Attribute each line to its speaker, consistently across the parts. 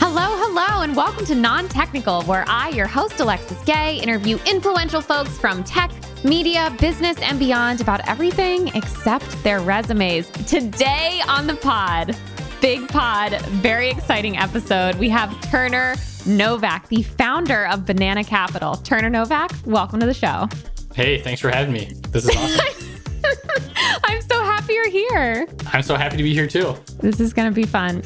Speaker 1: Hello, hello, and welcome to Non Technical, where I, your host, Alexis Gay, interview influential folks from tech, media, business, and beyond about everything except their resumes. Today on the pod, Big Pod, very exciting episode. We have Turner Novak, the founder of Banana Capital. Turner Novak, welcome to the show.
Speaker 2: Hey, thanks for having me. This is awesome.
Speaker 1: I'm so happy you're here.
Speaker 2: I'm so happy to be here too.
Speaker 1: This is going to be fun.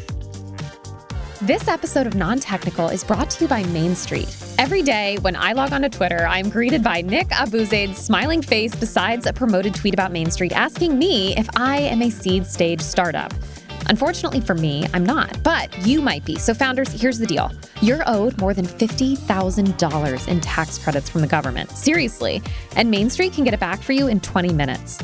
Speaker 1: This episode of Non Technical is brought to you by Main Street. Every day when I log onto Twitter, I'm greeted by Nick Abuzade's smiling face besides a promoted tweet about Main Street asking me if I am a seed stage startup. Unfortunately for me, I'm not, but you might be. So, founders, here's the deal you're owed more than $50,000 in tax credits from the government. Seriously. And Main Street can get it back for you in 20 minutes.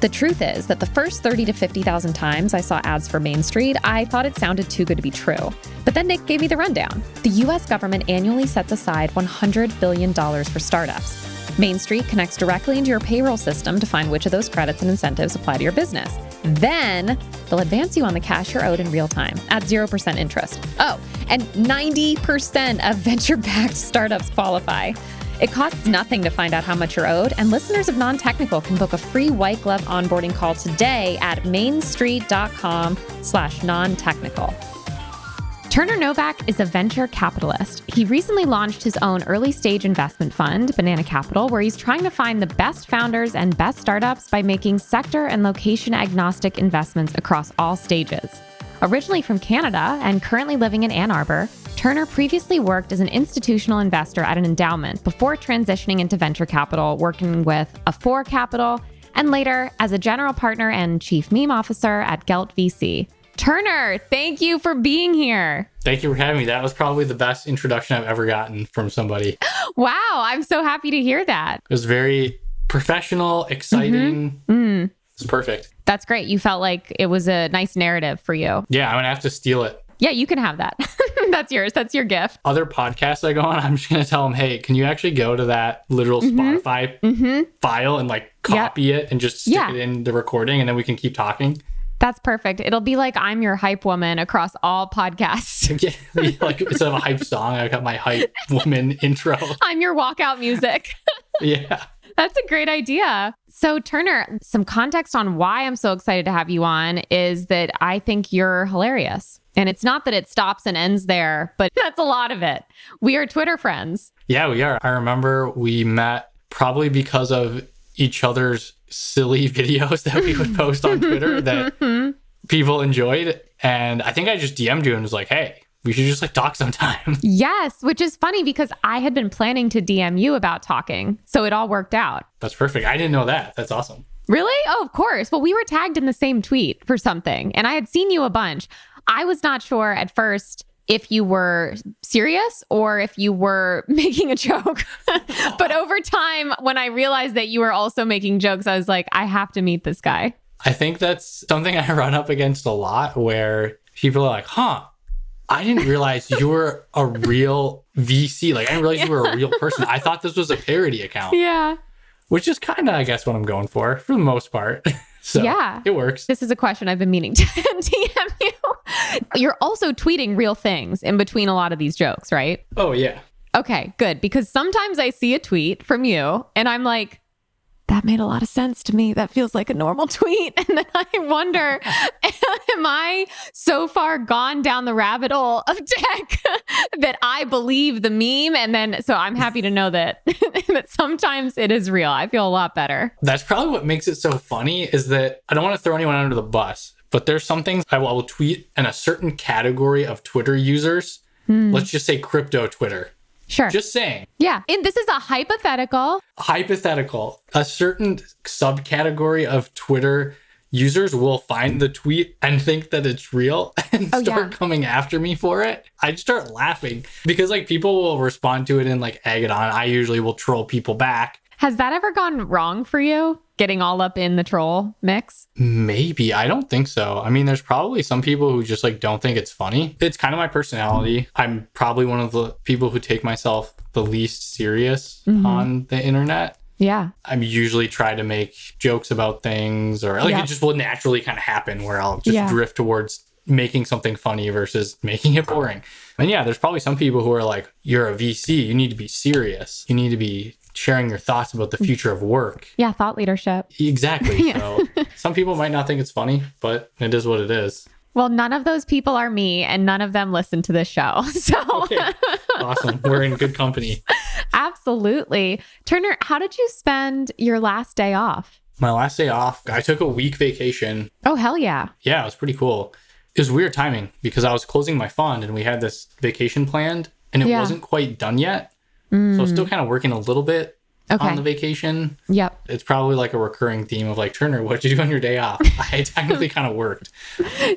Speaker 1: The truth is that the first 30 to 50,000 times I saw ads for Main Street, I thought it sounded too good to be true. But then Nick gave me the rundown. The US government annually sets aside $100 billion for startups. Main Street connects directly into your payroll system to find which of those credits and incentives apply to your business. Then they'll advance you on the cash you're owed in real time at 0% interest. Oh, and 90% of venture backed startups qualify. It costs nothing to find out how much you're owed, and listeners of Non Technical can book a free white glove onboarding call today at mainstreet.com slash non-technical. Turner Novak is a venture capitalist. He recently launched his own early stage investment fund, Banana Capital, where he's trying to find the best founders and best startups by making sector and location agnostic investments across all stages. Originally from Canada and currently living in Ann Arbor, Turner previously worked as an institutional investor at an endowment before transitioning into venture capital, working with Afore Capital, and later as a general partner and chief meme officer at Gelt VC. Turner, thank you for being here.
Speaker 2: Thank you for having me. That was probably the best introduction I've ever gotten from somebody.
Speaker 1: Wow, I'm so happy to hear that.
Speaker 2: It was very professional, exciting.
Speaker 1: Mm-hmm. Mm.
Speaker 2: It's perfect.
Speaker 1: That's great. You felt like it was a nice narrative for you.
Speaker 2: Yeah, I'm going to have to steal it.
Speaker 1: Yeah, you can have that. That's yours. That's your gift.
Speaker 2: Other podcasts I go on, I'm just going to tell them, hey, can you actually go to that literal
Speaker 1: Mhm.
Speaker 2: Spotify
Speaker 1: hmm
Speaker 2: file and like copy it and just stick
Speaker 1: Yeah.
Speaker 2: it in the recording and then we can keep talking?
Speaker 1: That's perfect. It'll be like I'm your hype woman across all podcasts.
Speaker 2: Yeah, like instead of a hype song, I got my hype woman intro.
Speaker 1: I'm your walkout music.
Speaker 2: Yeah.
Speaker 1: That's a great idea. So, Turner, some context on why I'm so excited to have you on is that I think you're hilarious. And it's not that it stops and ends there, but that's a lot of it. We are Twitter friends.
Speaker 2: Yeah, we are. I remember we met probably because of each other's silly videos that we would post on Twitter that people enjoyed. And I think I just DM'd you and was like, hey, we should just like talk sometime.
Speaker 1: Yes, which is funny because I had been planning to DM you about talking. So it all worked out.
Speaker 2: That's perfect. I didn't know that. That's awesome.
Speaker 1: Really? Oh, of course. Well, we were tagged in the same tweet for something, and I had seen you a bunch. I was not sure at first if you were serious or if you were making a joke. but over time, when I realized that you were also making jokes, I was like, I have to meet this guy.
Speaker 2: I think that's something I run up against a lot where people are like, huh, I didn't realize you were a real VC. Like, I didn't realize you were a real person. I thought this was a parody account,
Speaker 1: Yeah.
Speaker 2: which is kind of, I guess, what I'm going for for the most part. so
Speaker 1: Yeah.
Speaker 2: it works.
Speaker 1: This is a question I've been meaning to DM you. You're also tweeting real things in between a lot of these jokes, right?
Speaker 2: Oh, yeah.
Speaker 1: Okay, good. Because sometimes I see a tweet from you and I'm like, that made a lot of sense to me. That feels like a normal tweet. And then I wonder, am I so far gone down the rabbit hole of tech that I believe the meme? And then, so I'm happy to know that, that sometimes it is real. I feel a lot better.
Speaker 2: That's probably what makes it so funny is that I don't want to throw anyone under the bus, but there's some things I will, I will tweet in a certain category of Twitter users.
Speaker 1: Hmm.
Speaker 2: Let's just say crypto Twitter.
Speaker 1: Sure.
Speaker 2: Just saying,
Speaker 1: yeah. And this is a hypothetical.
Speaker 2: hypothetical, a certain subcategory of Twitter users will find the tweet and think that it's real and
Speaker 1: Oh,
Speaker 2: start
Speaker 1: yeah.
Speaker 2: coming after me for it. I start laughing because like people will respond to it in like Agadon. I usually will troll people back.
Speaker 1: Has that ever gone wrong for you? Getting all up in the troll mix?
Speaker 2: Maybe. I don't think so. I mean, there's probably some people who just like don't think it's funny. It's kind of my personality. I'm probably one of the people who take myself the least serious
Speaker 1: Mm-hmm.
Speaker 2: on the internet.
Speaker 1: Yeah.
Speaker 2: I'm usually try to make jokes about things or like
Speaker 1: Yeah.
Speaker 2: it just will naturally kind of happen where I'll just
Speaker 1: Yeah.
Speaker 2: drift towards making something funny versus making it boring. And yeah, there's probably some people who are like, you're a VC, you need to be serious, you need to be sharing your thoughts about
Speaker 1: Mm.
Speaker 2: the future of work.
Speaker 1: Yeah, thought leadership.
Speaker 2: Exactly.
Speaker 1: Yeah.
Speaker 2: So some people might not think it's funny, but it is what it is.
Speaker 1: Well, none of those people are me, and none of them listen to this show. So,
Speaker 2: Okay. awesome. We're in good company.
Speaker 1: absolutely. Turner, how did you spend your last day off?
Speaker 2: My last day off, I took a week vacation.
Speaker 1: Oh, hell yeah.
Speaker 2: Yeah, it was pretty cool. It was weird timing because I was closing my fund and we had this vacation planned and it
Speaker 1: Yeah. Mm.
Speaker 2: wasn't quite done yet. So I was still kind of working a little bit
Speaker 1: Okay.
Speaker 2: on the vacation.
Speaker 1: Yep.
Speaker 2: It's probably like a recurring theme of like, Turner, what'd you do on your day off? I technically kind of worked.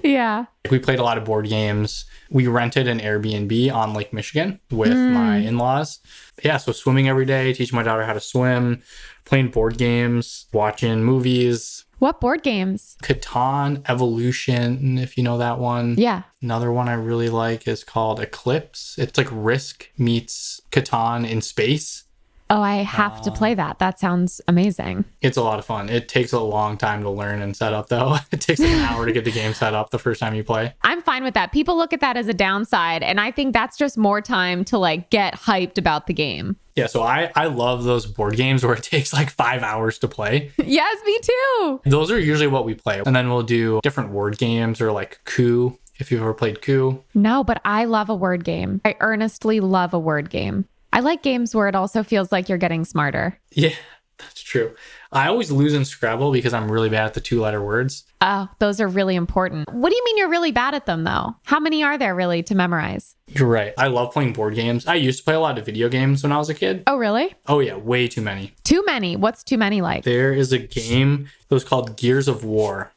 Speaker 1: Yeah.
Speaker 2: We played a lot of board games. We rented an Airbnb on Lake Michigan with my in laws. Yeah, so swimming every day, teaching my daughter how to swim, playing board games, watching movies,
Speaker 1: What board games?
Speaker 2: Catan Evolution, if you know that one.
Speaker 1: Yeah.
Speaker 2: Another one I really like is called Eclipse. It's like Risk meets Catan in space.
Speaker 1: Oh, I have to play that. That sounds amazing.
Speaker 2: It's a lot of fun. It takes a long time to learn and set up, though. It takes like an hour to get the game set up the first time you play.
Speaker 1: I'm fine with that. People look at that as a downside, and I think that's just more time to like get hyped about the game.
Speaker 2: Yeah, so I, I love those board games where it takes like five hours to play.
Speaker 1: yes, me too.
Speaker 2: Those are usually what we play. And then we'll do different word games or like coup, if you've ever played coup.
Speaker 1: No, but I love a word game. I earnestly love a word game. I like games where it also feels like you're getting smarter.
Speaker 2: Yeah, that's true. I always lose in Scrabble because I'm really bad at the two letter words.
Speaker 1: Oh, those are really important. What do you mean you're really bad at them though? How many are there really to memorize?
Speaker 2: You're right. I love playing board games. I used to play a lot of video games when I was a kid.
Speaker 1: Oh, really?
Speaker 2: Oh, yeah, way too many.
Speaker 1: Too many. What's too many like?
Speaker 2: There is a game that was called Gears of War.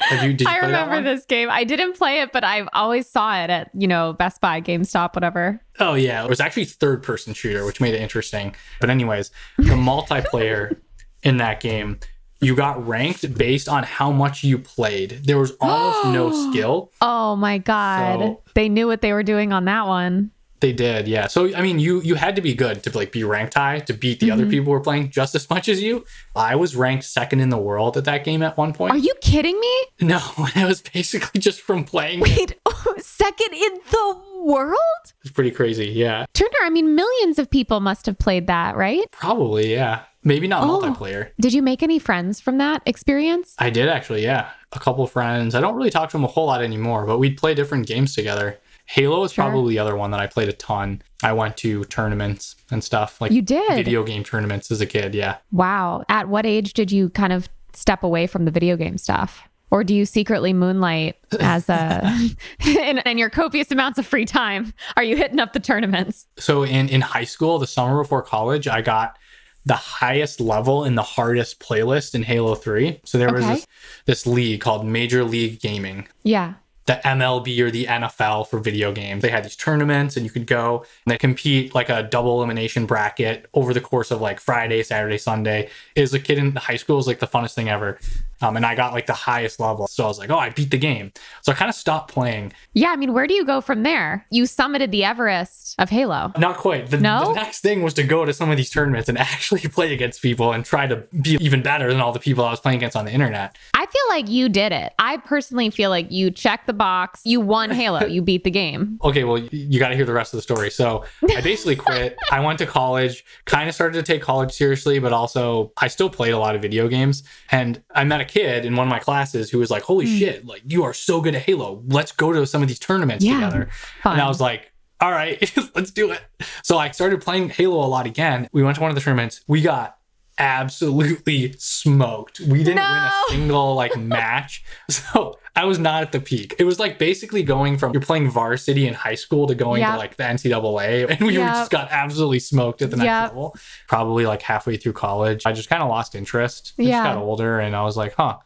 Speaker 2: Have you, did you
Speaker 1: I
Speaker 2: play
Speaker 1: remember
Speaker 2: that one?
Speaker 1: this game. I didn't play it, but I've always saw it at, you know, Best Buy, GameStop, whatever.
Speaker 2: Oh yeah, it was actually third person shooter, which made it interesting. But anyways, the multiplayer in that game, you got ranked based on how much you played. There was almost no skill.
Speaker 1: Oh my god.
Speaker 2: So-
Speaker 1: they knew what they were doing on that one.
Speaker 2: They did, yeah. So I mean, you you had to be good to like be ranked high to beat the other people who were playing just as much as you. I was ranked second in the world at that game at one point.
Speaker 1: Are you kidding me?
Speaker 2: no, it was basically just from playing. It
Speaker 1: Wait, oh, second in the world?
Speaker 2: was pretty crazy, yeah.
Speaker 1: Turner, I mean millions of people must have played that, right?
Speaker 2: Probably, yeah. Maybe not
Speaker 1: Oh.
Speaker 2: multiplayer.
Speaker 1: Did you make any friends from that experience?
Speaker 2: I did actually, yeah. A couple friends. I don't really talk to them a whole lot anymore, but we'd play different games together. Halo is
Speaker 1: Sure.
Speaker 2: probably the other one that I played a ton. I went to tournaments and stuff, like
Speaker 1: You did?
Speaker 2: video game tournaments as a kid, yeah.
Speaker 1: Wow. At what age did you kind of step away from the video game stuff? Or do you secretly moonlight as a in, in your copious amounts of free time? Are you hitting up the tournaments?
Speaker 2: So in in high school, the summer before college, I got the highest level in the hardest playlist in Halo 3. So there was
Speaker 1: Okay.
Speaker 2: this, this league called Major League Gaming.
Speaker 1: Yeah.
Speaker 2: the MLB or the NFL for video games. They had these tournaments and you could go and they compete like a double elimination bracket over the course of like Friday, Saturday, Sunday. As a kid in high school, it was like the funnest thing ever. Um, and I got like the highest level. So I was like, oh, I beat the game. So I kind of stopped playing.
Speaker 1: Yeah, I mean, where do you go from there? You summited the Everest of Halo.
Speaker 2: Not quite. The,
Speaker 1: No?
Speaker 2: the next thing was to go to some of these tournaments and actually play against people and try to be even better than all the people I was playing against on the internet.
Speaker 1: I feel like you did it. I personally feel like you checked the box, you won Halo, you beat the game.
Speaker 2: okay, well, y- you got to hear the rest of the story. So I basically quit. I went to college, kind of started to take college seriously, but also I still played a lot of video games. And I met a kid in one of my classes who was like, holy shit, like you are so good at Halo. Let's go to some of these tournaments
Speaker 1: Yeah,
Speaker 2: together.
Speaker 1: fun.
Speaker 2: And I was like, all right, let's do it. So I started playing Halo a lot again. We went to one of the tournaments. We got absolutely smoked. We didn't
Speaker 1: No.
Speaker 2: win a single like match. So I was not at the peak. It was like basically going from you're playing varsity in high school to going
Speaker 1: Yeah.
Speaker 2: to like the NCAA. And we were
Speaker 1: Yep.
Speaker 2: just got absolutely smoked at the next
Speaker 1: Yep.
Speaker 2: level. Probably like halfway through college. I just kind of lost interest. I
Speaker 1: Yeah.
Speaker 2: just got older and I was like, huh,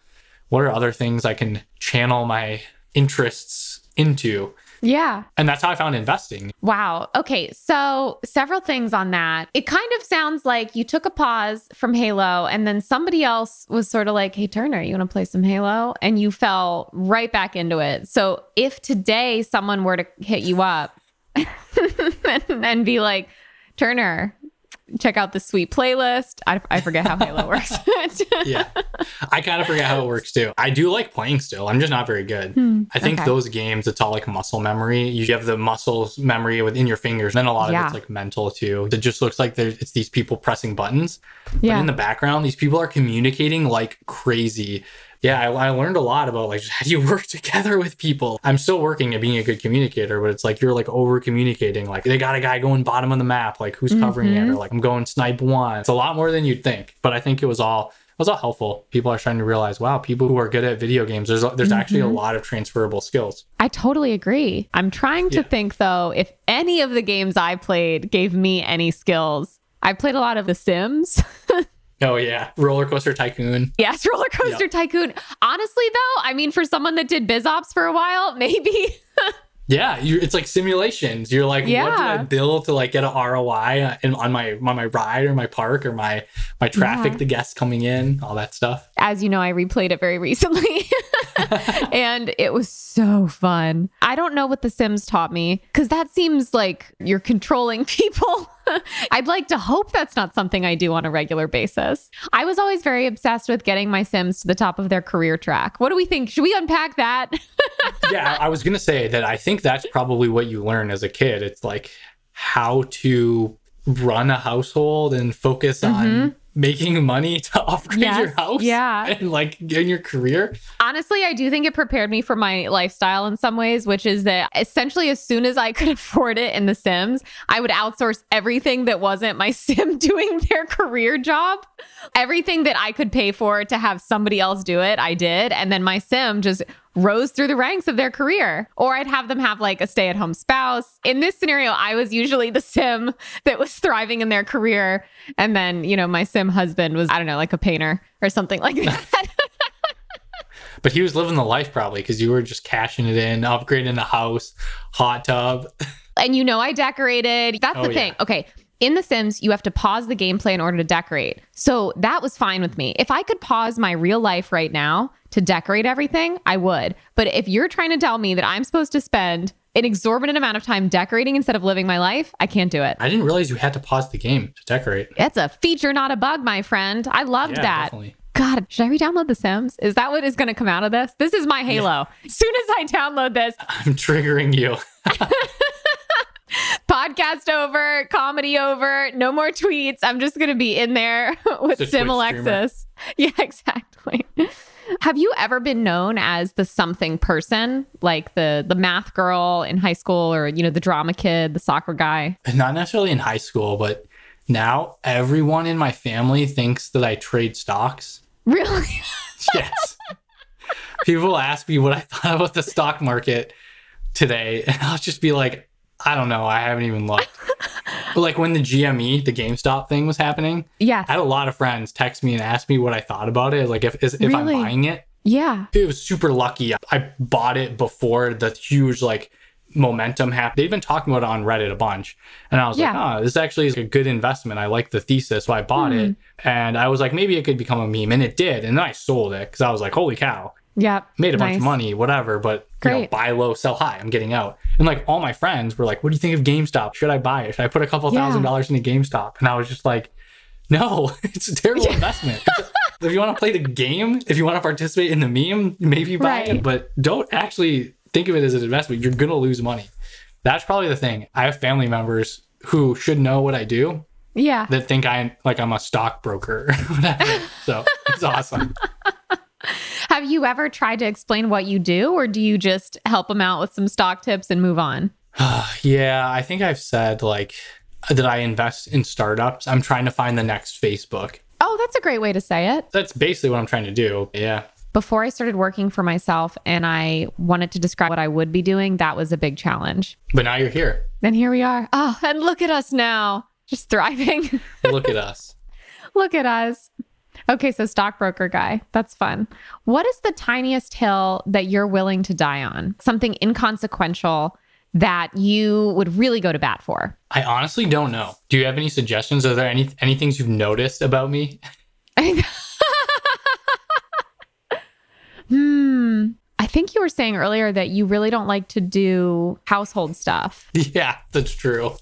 Speaker 2: what are other things I can channel my interests into?
Speaker 1: Yeah.
Speaker 2: And that's how I found investing.
Speaker 1: Wow. Okay. So, several things on that. It kind of sounds like you took a pause from Halo, and then somebody else was sort of like, Hey, Turner, you want to play some Halo? And you fell right back into it. So, if today someone were to hit you up and, and be like, Turner, check out the sweet playlist. I, I forget how Halo works.
Speaker 2: yeah. I kind of forget how it works too. I do like playing still. I'm just not very good. I think
Speaker 1: Hmm. okay.
Speaker 2: those games, it's all like muscle memory. You have the muscles memory within your fingers. Then a lot
Speaker 1: Yeah.
Speaker 2: of it's like mental too. It just looks like there's it's these people pressing buttons. But
Speaker 1: yeah.
Speaker 2: in the background, these people are communicating like crazy. Yeah, I, I learned a lot about like just how do you work together with people. I'm still working at being a good communicator, but it's like you're like over communicating. Like they got a guy going bottom of the map, like who's covering it, or like I'm going snipe one. It's a lot more than you'd think, but I think it was all it was all helpful. People are starting to realize, wow, people who are good at video games, there's there's actually a lot of transferable skills.
Speaker 1: I totally agree. I'm trying to
Speaker 2: Yeah.
Speaker 1: think though if any of the games I played gave me any skills. I played a lot of The Sims.
Speaker 2: Oh yeah, roller coaster tycoon.
Speaker 1: yes, Roller Coaster Tycoon. Honestly though, I mean for someone that did biz ops for a while, maybe
Speaker 2: Yeah, you, it's like simulations. You're like, what do
Speaker 1: Yeah.
Speaker 2: I build to like get a ROI in, on my on my ride or my park or my my
Speaker 1: Mm-hmm.
Speaker 2: traffic, the guests coming in, all that stuff.
Speaker 1: as you know, I replayed it very recently. and it was so fun. I don't know what The Sims taught me because that seems like you're controlling people. I'd like to hope that's not something I do on a regular basis. I was always very obsessed with getting my Sims to the top of their career track. What do we think? Should we unpack that?
Speaker 2: yeah, I was gonna say that I think that's probably what you learn as a kid. It's like how to run a household and focus on making money to upgrade your
Speaker 1: Mm-hmm. Yes,
Speaker 2: house.
Speaker 1: yeah.
Speaker 2: And like in your career.
Speaker 1: Honestly, I do think it prepared me for my lifestyle in some ways, which is that essentially as soon as I could afford it in The Sims, I would outsource everything that wasn't my sim doing their career job. Everything that I could pay for to have somebody else do it, I did. And then my sim just rose through the ranks of their career. Or I'd have them have like a stay at home spouse. In this scenario, I was usually the sim that was thriving in their career. And then, you know, my sim husband was, I don't know, like a painter or something like that.
Speaker 2: But he was living the life probably because you were just cashing it in, upgrading the house, hot tub.
Speaker 1: and you know I decorated. That's
Speaker 2: Oh,
Speaker 1: the
Speaker 2: yeah.
Speaker 1: thing. Okay. In The Sims, you have to pause the gameplay in order to decorate. So that was fine with me. If I could pause my real life right now to decorate everything, I would. But if you're trying to tell me that I'm supposed to spend an exorbitant amount of time decorating instead of living my life, I can't do it.
Speaker 2: I didn't realize you had to pause the game to decorate.
Speaker 1: That's a feature, not a bug, my friend. I loved
Speaker 2: Yeah,
Speaker 1: that.
Speaker 2: definitely.
Speaker 1: God, should I re-download The Sims? Is that what is going to come out of this? This is my Halo. As soon as I download this,
Speaker 2: I'm triggering you.
Speaker 1: podcast over, comedy over, no more tweets. I'm just going to be in there with
Speaker 2: Just a
Speaker 1: Sim
Speaker 2: Twitch
Speaker 1: Alexis. Yeah, exactly. Have you ever been known as the something person, like the the math girl in high school or you know the drama kid, the soccer guy?
Speaker 2: Not necessarily in high school, but now everyone in my family thinks that I trade stocks.
Speaker 1: Really?
Speaker 2: Yes. People ask me what I thought about the stock market today, and I'll just be like, I don't know. I haven't even looked. But, like when the GME, the GameStop thing was happening,
Speaker 1: Yes.
Speaker 2: I had a lot of friends text me and ask me what I thought about it, like if, if I'm
Speaker 1: Really?
Speaker 2: buying it.
Speaker 1: Yeah.
Speaker 2: it was super lucky. I bought it before the huge like momentum happened. They've been talking about it on Reddit a bunch. And I was
Speaker 1: Yeah.
Speaker 2: like, oh, this actually is a good investment. I like the thesis. So I bought it. And I was like, maybe it could become a meme. And it did. And then I sold it because I was like, holy cow,
Speaker 1: Yep.
Speaker 2: made a bunch of
Speaker 1: Nice.
Speaker 2: money, whatever. But you know,
Speaker 1: Great.
Speaker 2: buy low, sell high. I'm getting out. And like all my friends were like, what do you think of GameStop? Should I buy it? Should I put a couple
Speaker 1: Yeah.
Speaker 2: thousand dollars into GameStop? And I was just like, no, it's a terrible investment. if you want to play the game, if you want to participate in the meme, maybe buy
Speaker 1: Right.
Speaker 2: it, but don't actually think of it as an investment. You're going to lose money. That's probably the thing. I have family members who should know what I do
Speaker 1: Yeah.
Speaker 2: that think I like I'm a stockbroker or whatever. So it's awesome.
Speaker 1: Have you ever tried to explain what you do or do you just help them out with some stock tips and move on?
Speaker 2: Yeah, I think I've said like that I invest in startups. I'm trying to find the next Facebook.
Speaker 1: Oh, that's a great way to say it.
Speaker 2: That's basically what I'm trying to do. Yeah.
Speaker 1: before I started working for myself and I wanted to describe what I would be doing, that was a big challenge.
Speaker 2: But now you're here.
Speaker 1: And here we are. Oh, and look at us now, just thriving.
Speaker 2: Look at us.
Speaker 1: look at us. Okay, so stockbroker guy. That's fun. What is the tiniest hill that you're willing to die on? Something inconsequential that you would really go to bat for?
Speaker 2: I honestly don't know. Do you have any suggestions? Are there any any things you've noticed about me?
Speaker 1: hmm. I think you were saying earlier that you really don't like to do household stuff.
Speaker 2: yeah, that's true.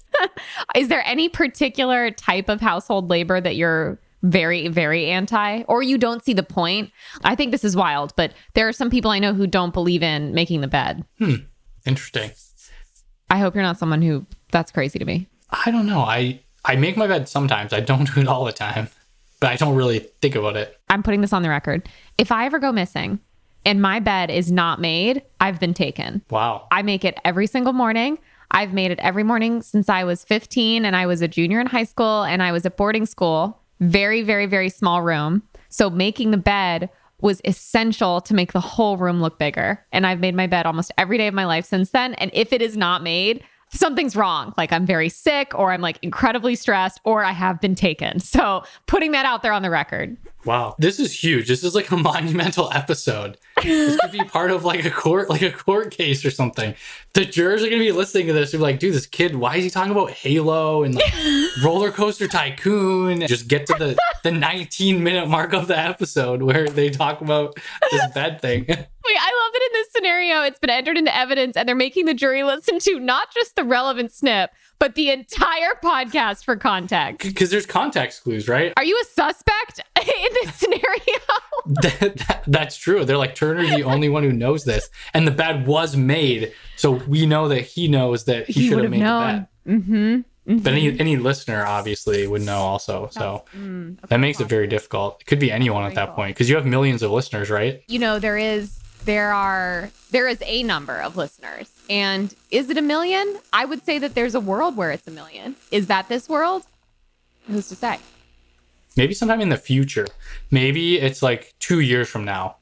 Speaker 1: Is there any particular type of household labor that you're very, very anti or you don't see the point? I think this is wild, but there are some people I know who don't believe in making the bed.
Speaker 2: Interesting.
Speaker 1: I hope you're not someone who that's crazy to me.
Speaker 2: I don't know. I I make my bed sometimes. I don't do it all the time, but I don't really think about it.
Speaker 1: I'm putting this on the record. If I ever go missing and my bed is not made, I've been taken.
Speaker 2: Wow.
Speaker 1: I make it every single morning. I've made it every morning since I was 15 and I was a junior in high school and I was at boarding school. Very, very, very small room. So making the bed was essential to make the whole room look bigger. And I've made my bed almost every day of my life since then. And if it is not made, something's wrong. Like I'm very sick or I'm like incredibly stressed or I have been taken. So putting that out there on the record.
Speaker 2: Wow. This is huge. This is like a monumental episode. This could be part of like a court, like a court case or something. The jurors are gonna be listening to this and be like, dude, this kid, why is he talking about Halo and like roller coaster tycoon? Just get to the, the 19 minute mark of the episode where they talk about this bed thing.
Speaker 1: Wait, I love that in this scenario, it's been entered into evidence and they're making the jury listen to not just the relevant snip, but the entire podcast for context.
Speaker 2: Because there's context clues, right?
Speaker 1: Are you a suspect in this scenario?
Speaker 2: That- that- that's true. They're like, Turner's the only one who knows this. And the bed was made. So we know that he knows that he, should have
Speaker 1: would've
Speaker 2: made the bed.
Speaker 1: known.
Speaker 2: But any any listener obviously would know also. So
Speaker 1: hmm
Speaker 2: that makes it very difficult. It could be anyone at that point because you have millions of listeners, right?
Speaker 1: You know, there is there are there is a number of listeners. And is it a million? I would say that there's a world where it's a million. Is that this world? Who's to say?
Speaker 2: Maybe sometime in the future. Maybe it's like two years from now.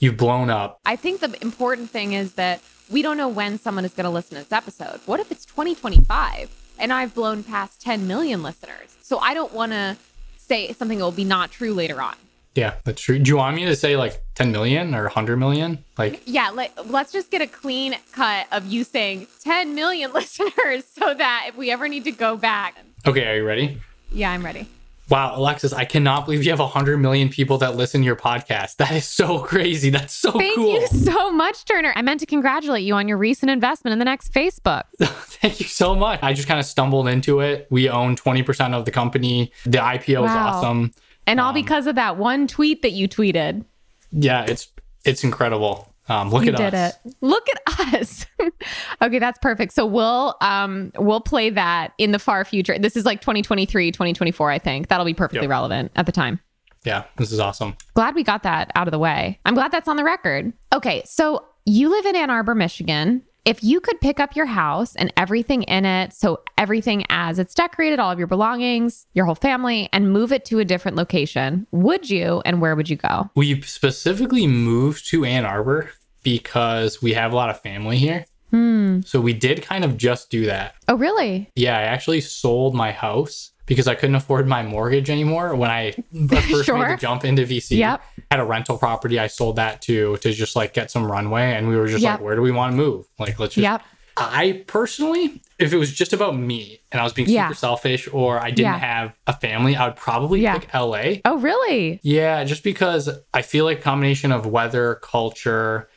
Speaker 2: You've blown up.
Speaker 1: I think the important thing is that we don't know when someone is going to listen to this episode. What if it's 2025 and I've blown past 10 million listeners? So I don't want to say something that will be not true later on.
Speaker 2: Yeah, that's true. Do you want me to say like 10 million or 100 million? Like,
Speaker 1: Yeah, let, let's just get a clean cut of you saying 10 million listeners so that if we ever need to go back.
Speaker 2: okay, are you ready?
Speaker 1: Yeah, I'm ready.
Speaker 2: Wow, Alexis, I cannot believe you have 100 million people that listen to your podcast. That is so crazy. That's so
Speaker 1: Thank
Speaker 2: Oh, cool.
Speaker 1: you so much, Turner. I meant to congratulate you on your recent investment in the next Facebook.
Speaker 2: Thank you so much. I just kind of stumbled into it. We own 20% of the company. The IPO is
Speaker 1: Wow.
Speaker 2: awesome.
Speaker 1: And all because of that one tweet that you tweeted.
Speaker 2: Yeah, it's it's incredible. Um, look
Speaker 1: You
Speaker 2: at
Speaker 1: did
Speaker 2: us.
Speaker 1: it. Look at us. okay, that's perfect. So we'll um we'll play that in the far future. This is like 2023, 2024, I think. That'll be perfectly
Speaker 2: Yep.
Speaker 1: relevant at the time.
Speaker 2: Yeah, this is awesome.
Speaker 1: Glad we got that out of the way. I'm glad that's on the record. Okay, so you live in Ann Arbor, Michigan. If you could pick up your house and everything in it, so everything as it's decorated, all of your belongings, your whole family, and move it to a different location, would you and where would you go?
Speaker 2: We specifically moved to Ann Arbor because we have a lot of family here.
Speaker 1: Hmm.
Speaker 2: So we did kind of just do that.
Speaker 1: Oh, really?
Speaker 2: Yeah, I actually sold my house because I couldn't afford my mortgage anymore when I first made
Speaker 1: Sure.
Speaker 2: the jump into VC.
Speaker 1: Yep.
Speaker 2: Had a rental property. I sold that to to just like get some runway, and we were just
Speaker 1: Yep.
Speaker 2: like, where do we want to move? Like, let's just.
Speaker 1: Yep.
Speaker 2: I personally, if it was just about me and I was being
Speaker 1: Yeah.
Speaker 2: super selfish or I didn't
Speaker 1: Yeah.
Speaker 2: have a family, I would probably
Speaker 1: Yeah.
Speaker 2: pick LA.
Speaker 1: Oh, really?
Speaker 2: Yeah, just because I feel like combination of weather, culture,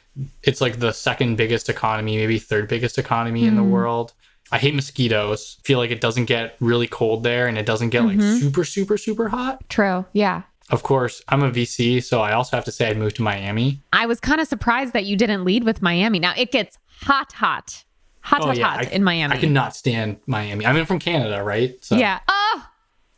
Speaker 2: it's like the second biggest economy, maybe third biggest economy in the
Speaker 1: Hmm.
Speaker 2: world. I hate mosquitoes. Feel like it doesn't get really cold there and it doesn't get
Speaker 1: Mm-hmm.
Speaker 2: like super super super hot.
Speaker 1: True. Yeah.
Speaker 2: Of course, I'm a VC, so I also have to say I'd move to Miami.
Speaker 1: I was kind of surprised that you didn't lead with Miami. Now it gets hot, hot, hot, hot, hot
Speaker 2: Oh, I-
Speaker 1: in Miami.
Speaker 2: I uh, cannot stand Miami. I'm in from Canada, right? So
Speaker 1: yeah. Oh,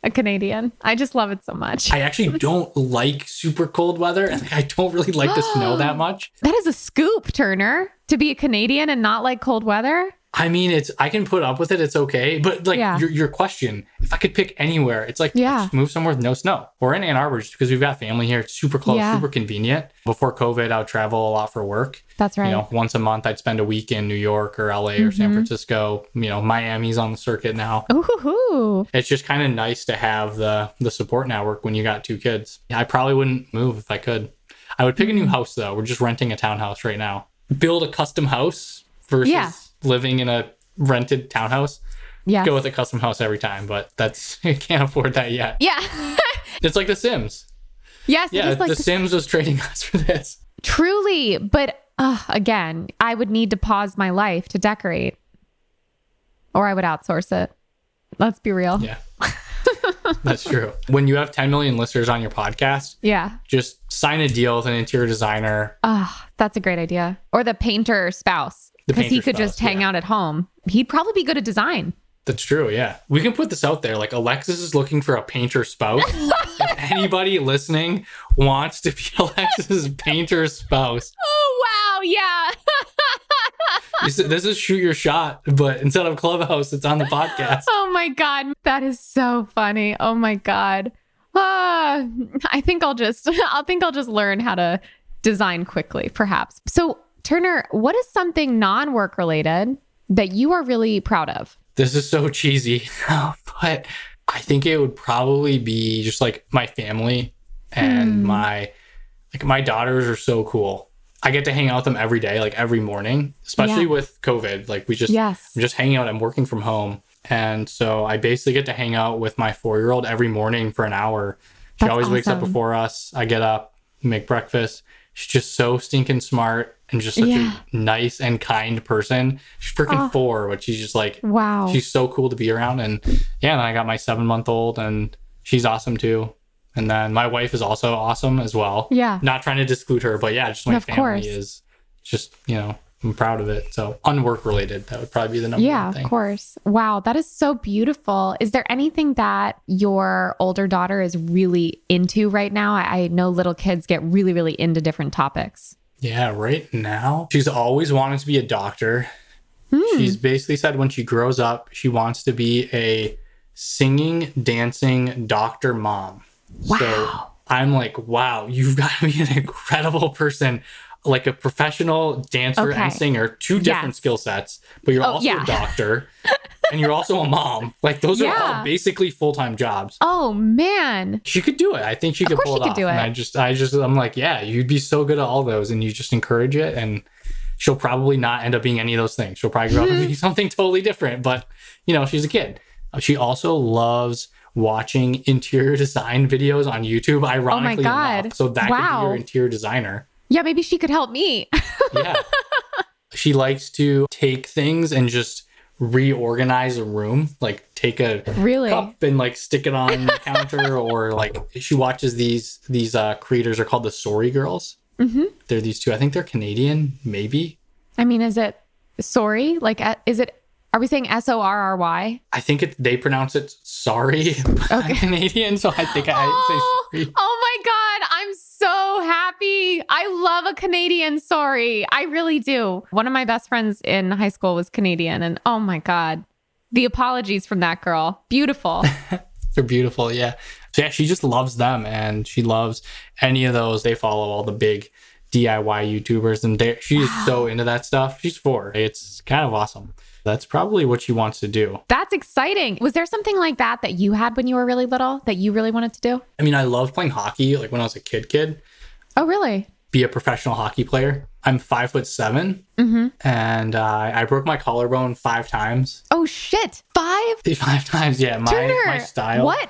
Speaker 1: a Canadian. I just love it so much.
Speaker 2: I actually don't like super cold weather, and I don't really like the snow that much.
Speaker 1: that is a scoop, Turner, to be a Canadian and not like cold weather.
Speaker 2: I mean, it's I can put up with it; it's okay. But like
Speaker 1: Yeah.
Speaker 2: your your question, if I could pick anywhere, it's like
Speaker 1: Yeah.
Speaker 2: just move somewhere with no snow. We're in Ann Arbor just because we've got family here. It's super close,
Speaker 1: Yeah.
Speaker 2: super convenient. Before COVID, I would travel a lot for work.
Speaker 1: That's right. Mm-hmm.
Speaker 2: You know, once a month, I'd spend a week in New York or LA or San Francisco. You know, Miami's on the circuit now.
Speaker 1: Ooh, hoo, hoo.
Speaker 2: It's just kind of nice to have the the support network when you got two kids. I probably wouldn't move if I could. I would pick a new
Speaker 1: Mm-hmm.
Speaker 2: house though. We're just renting a townhouse right now. Build a custom house versus
Speaker 1: Yeah.
Speaker 2: living in a rented townhouse.
Speaker 1: yeah.
Speaker 2: Go with a custom house every time, but that's I can't afford that yet.
Speaker 1: yeah.
Speaker 2: It's like The Sims.
Speaker 1: yes.
Speaker 2: Yeah,
Speaker 1: it is like
Speaker 2: The
Speaker 1: the-
Speaker 2: Sims was trading us for this.
Speaker 1: truly, but uh, again, I would need to pause my life to decorate or I would outsource it. Let's be real.
Speaker 2: Yeah. That's true. When you have 10 million listeners on your podcast,
Speaker 1: Yeah.
Speaker 2: just sign a deal with an interior designer.
Speaker 1: Ah, that's a great idea. Or the painter spouse,
Speaker 2: The
Speaker 1: because he
Speaker 2: painter
Speaker 1: could just
Speaker 2: spouse,
Speaker 1: hang
Speaker 2: yeah.
Speaker 1: out at home. He'd probably be good at design.
Speaker 2: That's true. Yeah. We can put this out there. Like, Alexis is looking for a painter spouse. if anybody listening wants to be Alexis's painter spouse,
Speaker 1: Oh wow, yeah.
Speaker 2: you said, this is shoot your shot, but instead of Clubhouse, it's on the podcast.
Speaker 1: Oh my god, that is so funny. Oh my god. Ah, I think I'll just I think I'll just learn how to design quickly, perhaps. So, Turner, what is something non-work related that you are really proud of?
Speaker 2: This is so cheesy, Oh, but I think it would probably be just like my family and my like my daughters are so cool. I get to hang out with them every day, like every morning, especially
Speaker 1: Yeah.
Speaker 2: with COVID. Like we just
Speaker 1: Yes.
Speaker 2: I'm just hanging out. I'm working from home. And so I basically get to hang out with my four year old every morning for an hour. She
Speaker 1: That's
Speaker 2: always wakes up
Speaker 1: awesome.
Speaker 2: before us. I get up, make breakfast. She's just so stinking smart and just such
Speaker 1: Yeah.
Speaker 2: a nice and kind person. She's freaking
Speaker 1: Oh.
Speaker 2: four, but she's just like,
Speaker 1: Wow.
Speaker 2: she's so cool to be around. And yeah, and I got my seven month old, and she's awesome too. And then my wife is also awesome as well.
Speaker 1: Yeah.
Speaker 2: Not trying to disclude her, but yeah, just my
Speaker 1: Of
Speaker 2: family
Speaker 1: course.
Speaker 2: is just, you know, I'm proud of it. So unwork related, that would probably be the number
Speaker 1: yeah,
Speaker 2: one thing.
Speaker 1: of course. Wow, that is so beautiful. Is there anything that your older daughter is really into right now? I, I know little kids get really, really into different topics.
Speaker 2: Yeah, right now she's always wanted to be a doctor.
Speaker 1: Hmm.
Speaker 2: She's basically said when she grows up, she wants to be a singing, dancing doctor mom. So
Speaker 1: Wow.
Speaker 2: I'm like, wow, you've got to be an incredible person, like a professional dancer
Speaker 1: Okay.
Speaker 2: and singer, two different
Speaker 1: Yes.
Speaker 2: skill sets, but you're
Speaker 1: Oh,
Speaker 2: also
Speaker 1: yeah.
Speaker 2: a doctor and you're also a mom. Like those are
Speaker 1: Yeah.
Speaker 2: all basically full time jobs.
Speaker 1: Oh man.
Speaker 2: She could do it. I think she could
Speaker 1: course
Speaker 2: pull
Speaker 1: she
Speaker 2: it
Speaker 1: could
Speaker 2: off.
Speaker 1: do
Speaker 2: And
Speaker 1: it.
Speaker 2: I just, I just, I'm like, yeah, you'd be so good at all those, and you just encourage it, and she'll probably not end up being any of those things. She'll probably grow up and be something totally different. But you know, she's a kid. She also loves watching interior design videos on YouTube.
Speaker 1: Oh
Speaker 2: Ironically
Speaker 1: God.
Speaker 2: enough, so that could be
Speaker 1: Wow.
Speaker 2: your interior designer.
Speaker 1: Yeah, maybe she could help me.
Speaker 2: Yeah, she likes to take things and just reorganize a room, like take a
Speaker 1: really?
Speaker 2: cup and like stick it on the counter or like she watches these these uh creators are called the sorry girls
Speaker 1: hmm
Speaker 2: they're these two i think they're canadian maybe
Speaker 1: I mean, is it sorry? Like, uh, is it? Are we saying S O R R Y?
Speaker 2: i think it, they pronounce it sorry but I'm
Speaker 1: Okay.
Speaker 2: canadian so i think i say sorry
Speaker 1: oh my God. I'm so happy. I love a Canadian sorry. I really do. One of my best friends in high school was Canadian. And oh my God, the apologies from that girl. Beautiful.
Speaker 2: they're beautiful yeah so yeah she just loves them and she loves any of those they follow all the big diy youtubers and they she is so into that stuff she's four it's kind of awesome that's probably what she wants to do
Speaker 1: That's exciting. Was there something like that that you had when you were really little that you really wanted to do?
Speaker 2: i mean i love playing hockey like when i was a kid kid
Speaker 1: Oh, really?
Speaker 2: be a professional hockey player. I'm five foot 7
Speaker 1: Mm-hmm.
Speaker 2: and uh, I broke my collarbone five times.
Speaker 1: Oh, shit. Five?
Speaker 2: Five times, yeah. My
Speaker 1: Turner.
Speaker 2: my style,
Speaker 1: What?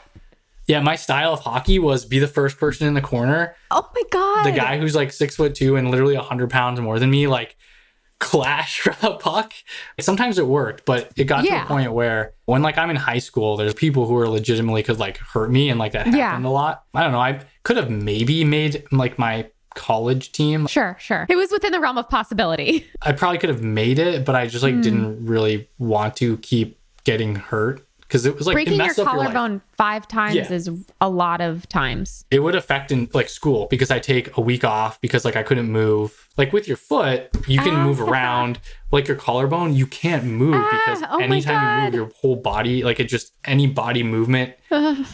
Speaker 2: yeah, my style of hockey was be the first person in the corner.
Speaker 1: Oh my God.
Speaker 2: The guy who's like six foot two and literally hundred pounds more than me, like clash for the puck. Sometimes it worked, but it got to
Speaker 1: Yeah.
Speaker 2: a point where when like I'm in high school, there's people who are legitimately could like hurt me, and like that happened
Speaker 1: Yeah.
Speaker 2: a lot. I don't know. I could have maybe made like my college team
Speaker 1: Sure, sure. It was within the realm of possibility.
Speaker 2: I probably could have made it, but I just
Speaker 1: Hmm.
Speaker 2: like didn't really want to keep getting hurt because it was like it
Speaker 1: Breaking your
Speaker 2: messed up your life.
Speaker 1: collarbone five times
Speaker 2: Yeah.
Speaker 1: is a lot of times.
Speaker 2: It would affect in like school because I take a week off because like I couldn't move. Like with your foot, you can
Speaker 1: Ah.
Speaker 2: move around. Like your collarbone, you can't move because
Speaker 1: Ah, oh my
Speaker 2: anytime you move,
Speaker 1: God.
Speaker 2: your whole body, like it just any body movement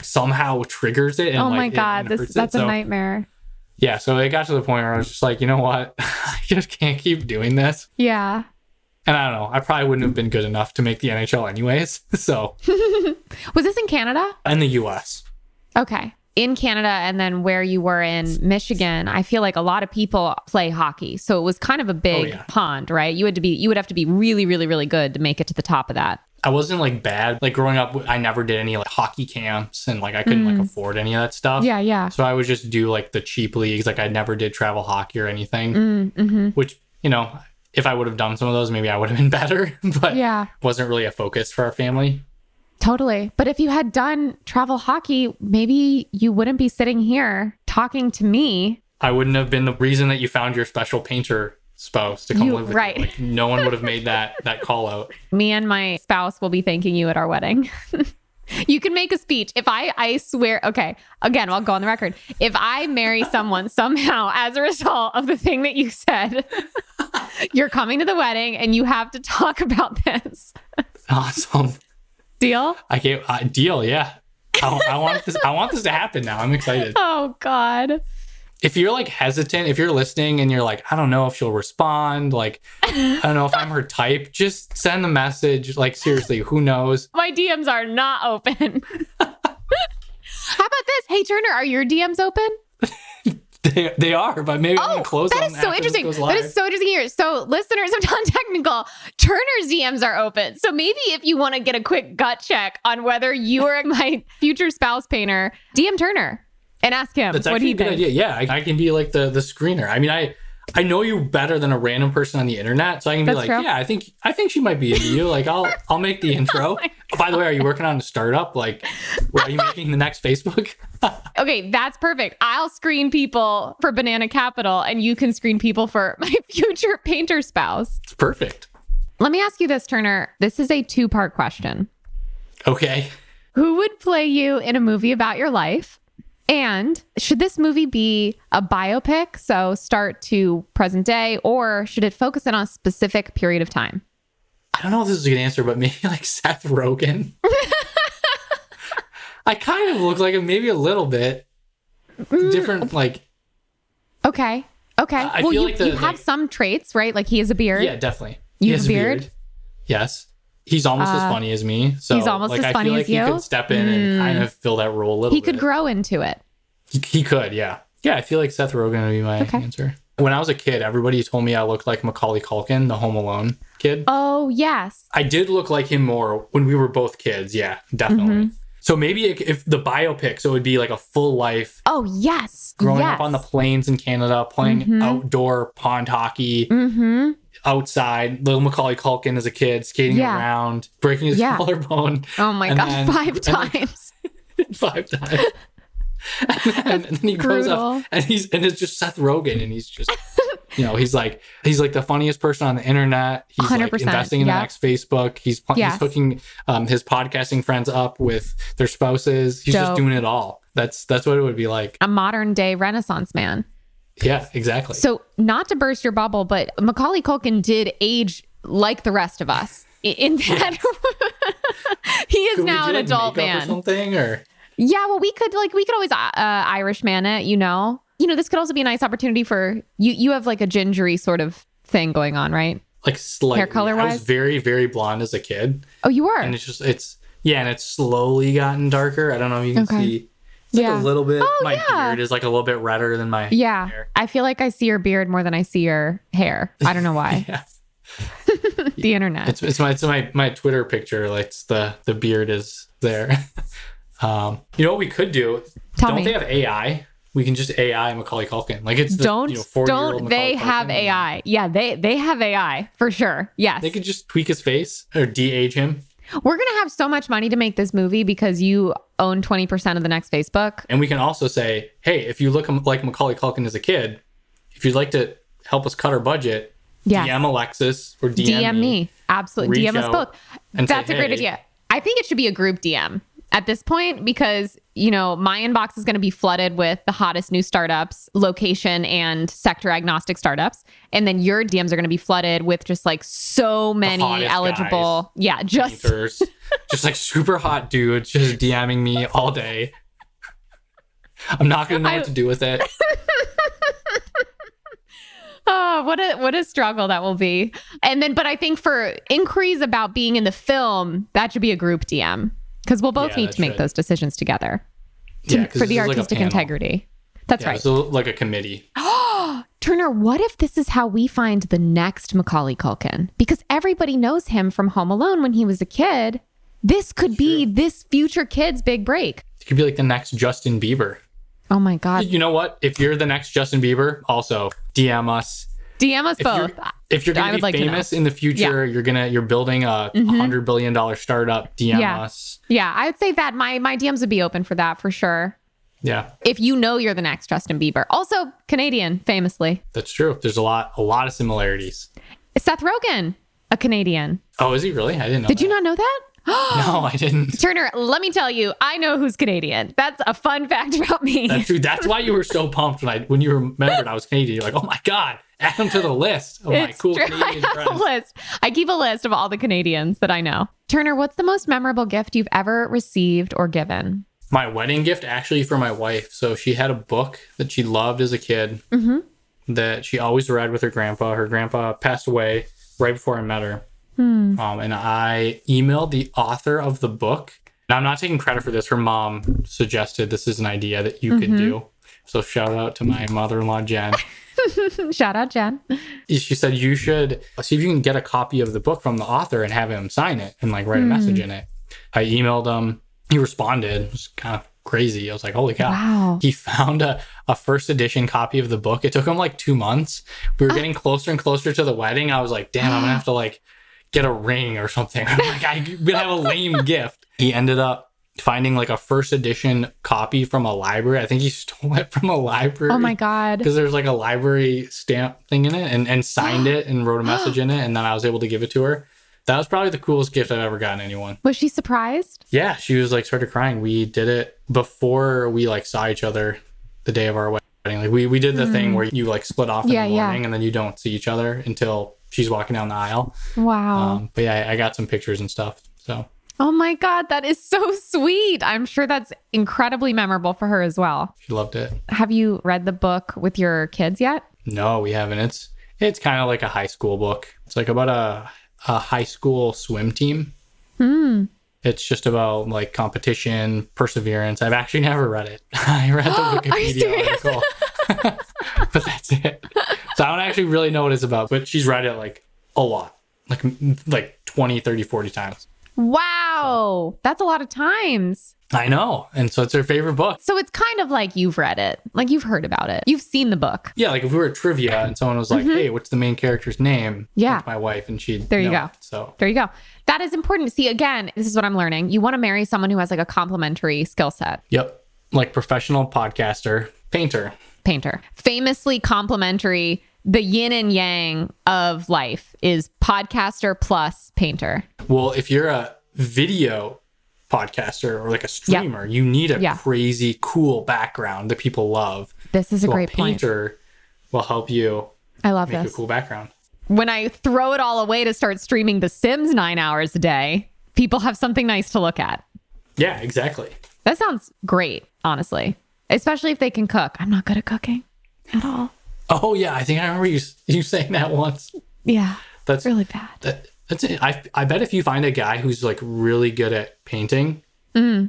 Speaker 2: somehow triggers it. And,
Speaker 1: oh my
Speaker 2: like, it-
Speaker 1: god,
Speaker 2: it
Speaker 1: this
Speaker 2: hurts it.
Speaker 1: that's a
Speaker 2: So,
Speaker 1: nightmare.
Speaker 2: Yeah, so it got to the point where I was just like, you know what, I just can't keep doing this.
Speaker 1: Yeah.
Speaker 2: And I don't know, I probably wouldn't have been good enough to make the NHL anyways. So,
Speaker 1: Was this in Canada?
Speaker 2: in the US,
Speaker 1: Okay. In Canada and then where you were in Michigan, I feel like a lot of people play hockey. So it was kind of a big
Speaker 2: Oh, yeah.
Speaker 1: pond, right? You had to be you would have to be really really really good to make it to the top of that.
Speaker 2: I wasn't like bad. Like growing up, I never did any like hockey camps and like I couldn't like afford any of that stuff.
Speaker 1: Mm. Yeah, yeah.
Speaker 2: So I would just do like the cheap leagues. Like I never did travel hockey or anything,
Speaker 1: Mm, mhm.
Speaker 2: which, you know, if I would have done some of those, maybe I would have been better, but
Speaker 1: Yeah.
Speaker 2: wasn't really a focus for our family.
Speaker 1: Totally. But if you had done travel hockey, maybe you wouldn't be sitting here talking to me.
Speaker 2: I wouldn't have been the reason that you found your special painter spouse to come
Speaker 1: You-
Speaker 2: live with
Speaker 1: right.
Speaker 2: you. Like, no one would have made that that call out.
Speaker 1: Me and my spouse will be thanking you at our wedding. you can make a speech. If I I swear, okay, again, I'll go on the record. If I marry someone somehow as a result of the thing that you said, you're coming to the wedding and you have to talk about this.
Speaker 2: Awesome.
Speaker 1: Deal?
Speaker 2: I can't uh, deal. Yeah, I, I want this. I want this to happen now. I'm excited.
Speaker 1: Oh god.
Speaker 2: If you're like hesitant, if you're listening and you're like, I don't know if she'll respond. Like, I don't know if I'm her type. Just send the message. Like, seriously, who knows?
Speaker 1: My DMs are not open. How about this? Hey Turner, are your DMs open?
Speaker 2: They, they are, but maybe I'm gonna close.
Speaker 1: Oh, That
Speaker 2: them
Speaker 1: is so
Speaker 2: after this
Speaker 1: interesting.
Speaker 2: goes
Speaker 1: That
Speaker 2: live.
Speaker 1: is so interesting here. So, listeners of Non Technical, Turner's DMs are open. So, maybe if you want to get a quick gut check on whether you are my future spouse painter, DM Turner and ask him
Speaker 2: That's
Speaker 1: what
Speaker 2: actually
Speaker 1: he
Speaker 2: a good
Speaker 1: thinks.
Speaker 2: idea. Yeah, I, I can be like the the screener. I mean, I I know you better than a random person on the internet, so I can be
Speaker 1: That's
Speaker 2: like,
Speaker 1: true.
Speaker 2: yeah, I think I think she might be into you. Like, I'll I'll make the
Speaker 1: Oh
Speaker 2: intro. By the way, are you working on a startup? Like, are you making the next Facebook?
Speaker 1: Okay, that's perfect. I'll screen people for Banana Capital and you can screen people for my future painter spouse.
Speaker 2: It's perfect.
Speaker 1: Let me ask you this, Turner. This is a two part question.
Speaker 2: Okay.
Speaker 1: Who would play you in a movie about your life? And should this movie be a biopic, so start to present day, or should it focus in on a specific period of time?
Speaker 2: I don't know if this is a good answer, but maybe like Seth Rogen. I kind of look like him, maybe a little bit
Speaker 1: Mm.
Speaker 2: different. Like,
Speaker 1: Okay. Okay.
Speaker 2: I
Speaker 1: well,
Speaker 2: feel
Speaker 1: you,
Speaker 2: like the-
Speaker 1: you have
Speaker 2: the-
Speaker 1: some traits, right? Like he has a beard.
Speaker 2: yeah, definitely.
Speaker 1: You
Speaker 2: He
Speaker 1: have
Speaker 2: has
Speaker 1: a beard?
Speaker 2: Yes, he's almost as
Speaker 1: Uh,
Speaker 2: funny as me. So
Speaker 1: he's almost
Speaker 2: like,
Speaker 1: as
Speaker 2: I
Speaker 1: funny
Speaker 2: feel like
Speaker 1: as
Speaker 2: he
Speaker 1: you? Hmm.
Speaker 2: could step in and kind of fill that role a little.
Speaker 1: he could
Speaker 2: bit.
Speaker 1: grow into it.
Speaker 2: He, he could, yeah, yeah. I feel like Seth Rogen would be my
Speaker 1: Okay.
Speaker 2: answer. When I was a kid, everybody told me I looked like Macaulay Culkin, the Home Alone kid.
Speaker 1: Oh, yes.
Speaker 2: I did look like him more when we were both kids. Yeah, definitely.
Speaker 1: Mm-hmm.
Speaker 2: So maybe if- if the biopic, so it would be like a full life
Speaker 1: Oh, yes.
Speaker 2: growing
Speaker 1: yes.
Speaker 2: up on the plains in Canada, playing
Speaker 1: Mhm.
Speaker 2: outdoor pond hockey
Speaker 1: Mm-hmm.
Speaker 2: outside. Little Macaulay Culkin as a kid, skating
Speaker 1: Yeah.
Speaker 2: around, breaking his
Speaker 1: Yeah.
Speaker 2: collarbone
Speaker 1: Oh my
Speaker 2: And
Speaker 1: god,
Speaker 2: then-
Speaker 1: five
Speaker 2: and then-
Speaker 1: times.
Speaker 2: five times. And then, and then he grows
Speaker 1: brutal.
Speaker 2: up and he's and it's just Seth Rogen and he's just you know he's like he's like the funniest person on the internet he's like
Speaker 1: 100%,
Speaker 2: investing in
Speaker 1: yeah.
Speaker 2: the next Facebook he's pl-
Speaker 1: Yes.
Speaker 2: he's hooking um, his podcasting friends up with their spouses he's
Speaker 1: Dope.
Speaker 2: just doing it all that's that's what it would be like
Speaker 1: a modern day renaissance man.
Speaker 2: yeah exactly
Speaker 1: So, not to burst your bubble, but Macaulay Culkin did age like the rest of us. i- In that he is
Speaker 2: Could we
Speaker 1: now
Speaker 2: do,
Speaker 1: an
Speaker 2: like,
Speaker 1: adult
Speaker 2: makeup or
Speaker 1: man.
Speaker 2: something or
Speaker 1: Yeah, well, we could like we could always uh, uh, Irishman it, you know. You know, this could also be a nice opportunity for you. You have like a gingery sort of thing going on, right?
Speaker 2: like slightly I
Speaker 1: color-wise?
Speaker 2: was very very blonde as a kid
Speaker 1: Oh, you were.
Speaker 2: and it's just it's yeah and it's slowly gotten darker I don't know if you can
Speaker 1: Okay.
Speaker 2: see it's like
Speaker 1: Yeah.
Speaker 2: a little bit
Speaker 1: Oh,
Speaker 2: my
Speaker 1: yeah.
Speaker 2: beard is like a little bit redder than my
Speaker 1: yeah,
Speaker 2: hair.
Speaker 1: I feel like I see your beard more than I see your hair. I don't know why.
Speaker 2: Yeah.
Speaker 1: the internet.
Speaker 2: It's, it's my it's my my Twitter picture. Like it's the the beard is there. um, you know what we could do?
Speaker 1: Tell
Speaker 2: don't
Speaker 1: me.
Speaker 2: they have AI? We can just AI Macaulay Culkin. Like it's the,
Speaker 1: don't
Speaker 2: you know, 40-year-old
Speaker 1: don't
Speaker 2: Macaulay
Speaker 1: they have
Speaker 2: Culkin.
Speaker 1: AI? Yeah, they they have AI for sure. Yes,
Speaker 2: They could just tweak his face or de-age him,
Speaker 1: We're gonna have so much money to make this movie because you own twenty percent of the next Facebook.
Speaker 2: and we can also say, hey, if you look like Macaulay Culkin as a kid, if you'd like to help us cut our budget,
Speaker 1: Yes.
Speaker 2: DM Alexis or DM,
Speaker 1: DM, me, absolutely.
Speaker 2: Reach
Speaker 1: DM us
Speaker 2: out
Speaker 1: both.
Speaker 2: and say,
Speaker 1: That's a great
Speaker 2: "Hey."
Speaker 1: idea. I think it should be a group DM at this point because you know my inbox is going to be flooded with the hottest new startups, location and sector agnostic startups, and then your DMs are going to be flooded with just like so many
Speaker 2: hottest
Speaker 1: eligible. Yeah, just
Speaker 2: Painters, just like super hot dudes, just DMing me all day. I'm not gonna know
Speaker 1: I-
Speaker 2: what to do with it.
Speaker 1: Oh, what a what a struggle that will be. And then but I think for inquiries about being in the film, that should be a group DM because we'll both
Speaker 2: Yeah,
Speaker 1: need
Speaker 2: that
Speaker 1: to make
Speaker 2: should.
Speaker 1: those decisions together
Speaker 2: Yeah, 'cause
Speaker 1: for
Speaker 2: this
Speaker 1: the
Speaker 2: is like a
Speaker 1: artistic
Speaker 2: panel.
Speaker 1: integrity. That's
Speaker 2: Yeah,
Speaker 1: right.
Speaker 2: it's a- like a committee.
Speaker 1: Turner, what if this is how we find the next Macaulay Culkin? Because everybody knows him from Home Alone when he was a kid. This could be this future kid's big break.
Speaker 2: It could be like the next Justin Bieber.
Speaker 1: Oh my god.
Speaker 2: You know what? If you're the next Justin Bieber, also DM us.
Speaker 1: DM us
Speaker 2: If
Speaker 1: both.
Speaker 2: you're, if you're
Speaker 1: I
Speaker 2: gonna
Speaker 1: would
Speaker 2: be
Speaker 1: like to know. Mm-hmm.
Speaker 2: famous in the future, you're gonna you're building a hundred billion dollar startup. DM
Speaker 1: Yeah.
Speaker 2: us.
Speaker 1: Yeah, I would say that my my DMs would be open for that for sure.
Speaker 2: Yeah,
Speaker 1: If you know you're the next Justin Bieber, also Canadian, famously
Speaker 2: that's true. There's a lot a lot of similarities.
Speaker 1: Seth Rogen, a Canadian.
Speaker 2: Oh, is he really? I didn't know.
Speaker 1: Did you not know that?
Speaker 2: No, I didn't.
Speaker 1: Turner, let me tell you, I know who's Canadian. That's a fun fact about me.
Speaker 2: That's true. That's why you were so pumped when I when you remembered I was Canadian. You're like, oh my god, add him to the list of my
Speaker 1: It's
Speaker 2: cool
Speaker 1: true.
Speaker 2: Canadian
Speaker 1: I have a
Speaker 2: friends.
Speaker 1: list. I keep a list of all the Canadians that I know. Turner, what's the most memorable gift you've ever received or given?
Speaker 2: my wedding gift actually for my wife. So she had a book that she loved as a kid that she always read with her grandpa. Her grandpa passed away right before I met her. Um, and I emailed the author of the book. Now, I'm not taking credit for this. Her mom suggested this is an idea that you could do. So shout out to my mother in law, Jen.
Speaker 1: Shout out, Jen.
Speaker 2: she said you should uh, see if you can get a copy of the book from the author and have him sign it and like write a
Speaker 1: Hmm.
Speaker 2: message in it. I emailed him. He responded. It was kind of crazy. I was like, holy cow.
Speaker 1: Wow.
Speaker 2: He found a, a first edition copy of the book. It took him like two months. We were
Speaker 1: Oh.
Speaker 2: getting closer and closer to the wedding. I was like, damn, I'm gonna have to like get a ring or something. I'm like, I'm gonna have a lame gift. He ended up finding like a first edition copy from a library. I think he stole it from a library
Speaker 1: Oh my God.
Speaker 2: because there's like a library stamp thing in it and, and signed it and wrote a message in it and then i was able to give it to her that was probably the coolest gift i've ever gotten anyone
Speaker 1: Was she surprised?
Speaker 2: yeah she was like started crying we did it before we like saw each other the day of our wedding like we, we did the thing where you like split off in
Speaker 1: Mm. Yeah,
Speaker 2: the
Speaker 1: yeah.
Speaker 2: morning and then you don't see each other until she's walking down the aisle
Speaker 1: Wow.
Speaker 2: um, but yeah I, I got some pictures and stuff so
Speaker 1: Oh my God, that is so sweet. I'm sure that's incredibly memorable for her as well.
Speaker 2: she loved it
Speaker 1: Have you read the book with your kids yet?
Speaker 2: no we haven't it's it's kind of like a high school book it's like about a, a high school swim team
Speaker 1: Hmm.
Speaker 2: It's just about like competition, perseverance. I've actually never read it. I read the
Speaker 1: Are you
Speaker 2: Wikipedia
Speaker 1: serious?
Speaker 2: article, but that's it. So I don't actually really know what it's about, but she's read it like a lot, like m- like 20, 30, 40 times.
Speaker 1: Wow. That's a lot of times.
Speaker 2: I know. And so it's her favorite book.
Speaker 1: So it's kind of like you've read it, like you've heard about it, you've seen the book.
Speaker 2: Yeah, like if we were at trivia and someone was like, "Hey, what's the main character's name?"
Speaker 1: Mm-hmm. Yeah.
Speaker 2: It's my wife, and she'd
Speaker 1: There you
Speaker 2: know
Speaker 1: go.
Speaker 2: it. So
Speaker 1: There you go. That is important. See, again, this is what I'm learning. You want to marry someone who has like a complementary skill set.
Speaker 2: yep, like professional podcaster, painter.
Speaker 1: painter. Famously complementary, the yin and yang of life is podcaster plus painter.
Speaker 2: Well, if you're a video podcaster or like a streamer, you need a
Speaker 1: Yeah.
Speaker 2: crazy cool background that people love.
Speaker 1: This is a
Speaker 2: So
Speaker 1: great
Speaker 2: a
Speaker 1: point.
Speaker 2: painter will help you
Speaker 1: I love
Speaker 2: make
Speaker 1: this.
Speaker 2: a cool background.
Speaker 1: When I throw it all away to start streaming The Sims nine hours a day, people have something nice to look at.
Speaker 2: Yeah, exactly.
Speaker 1: That sounds great, honestly, especially if they can cook. I'm not good at cooking at all.
Speaker 2: Oh yeah, I think I remember you you saying that once.
Speaker 1: Yeah,
Speaker 2: That's
Speaker 1: really bad.
Speaker 2: that, that's it. I I bet if you find a guy who's like really good at painting,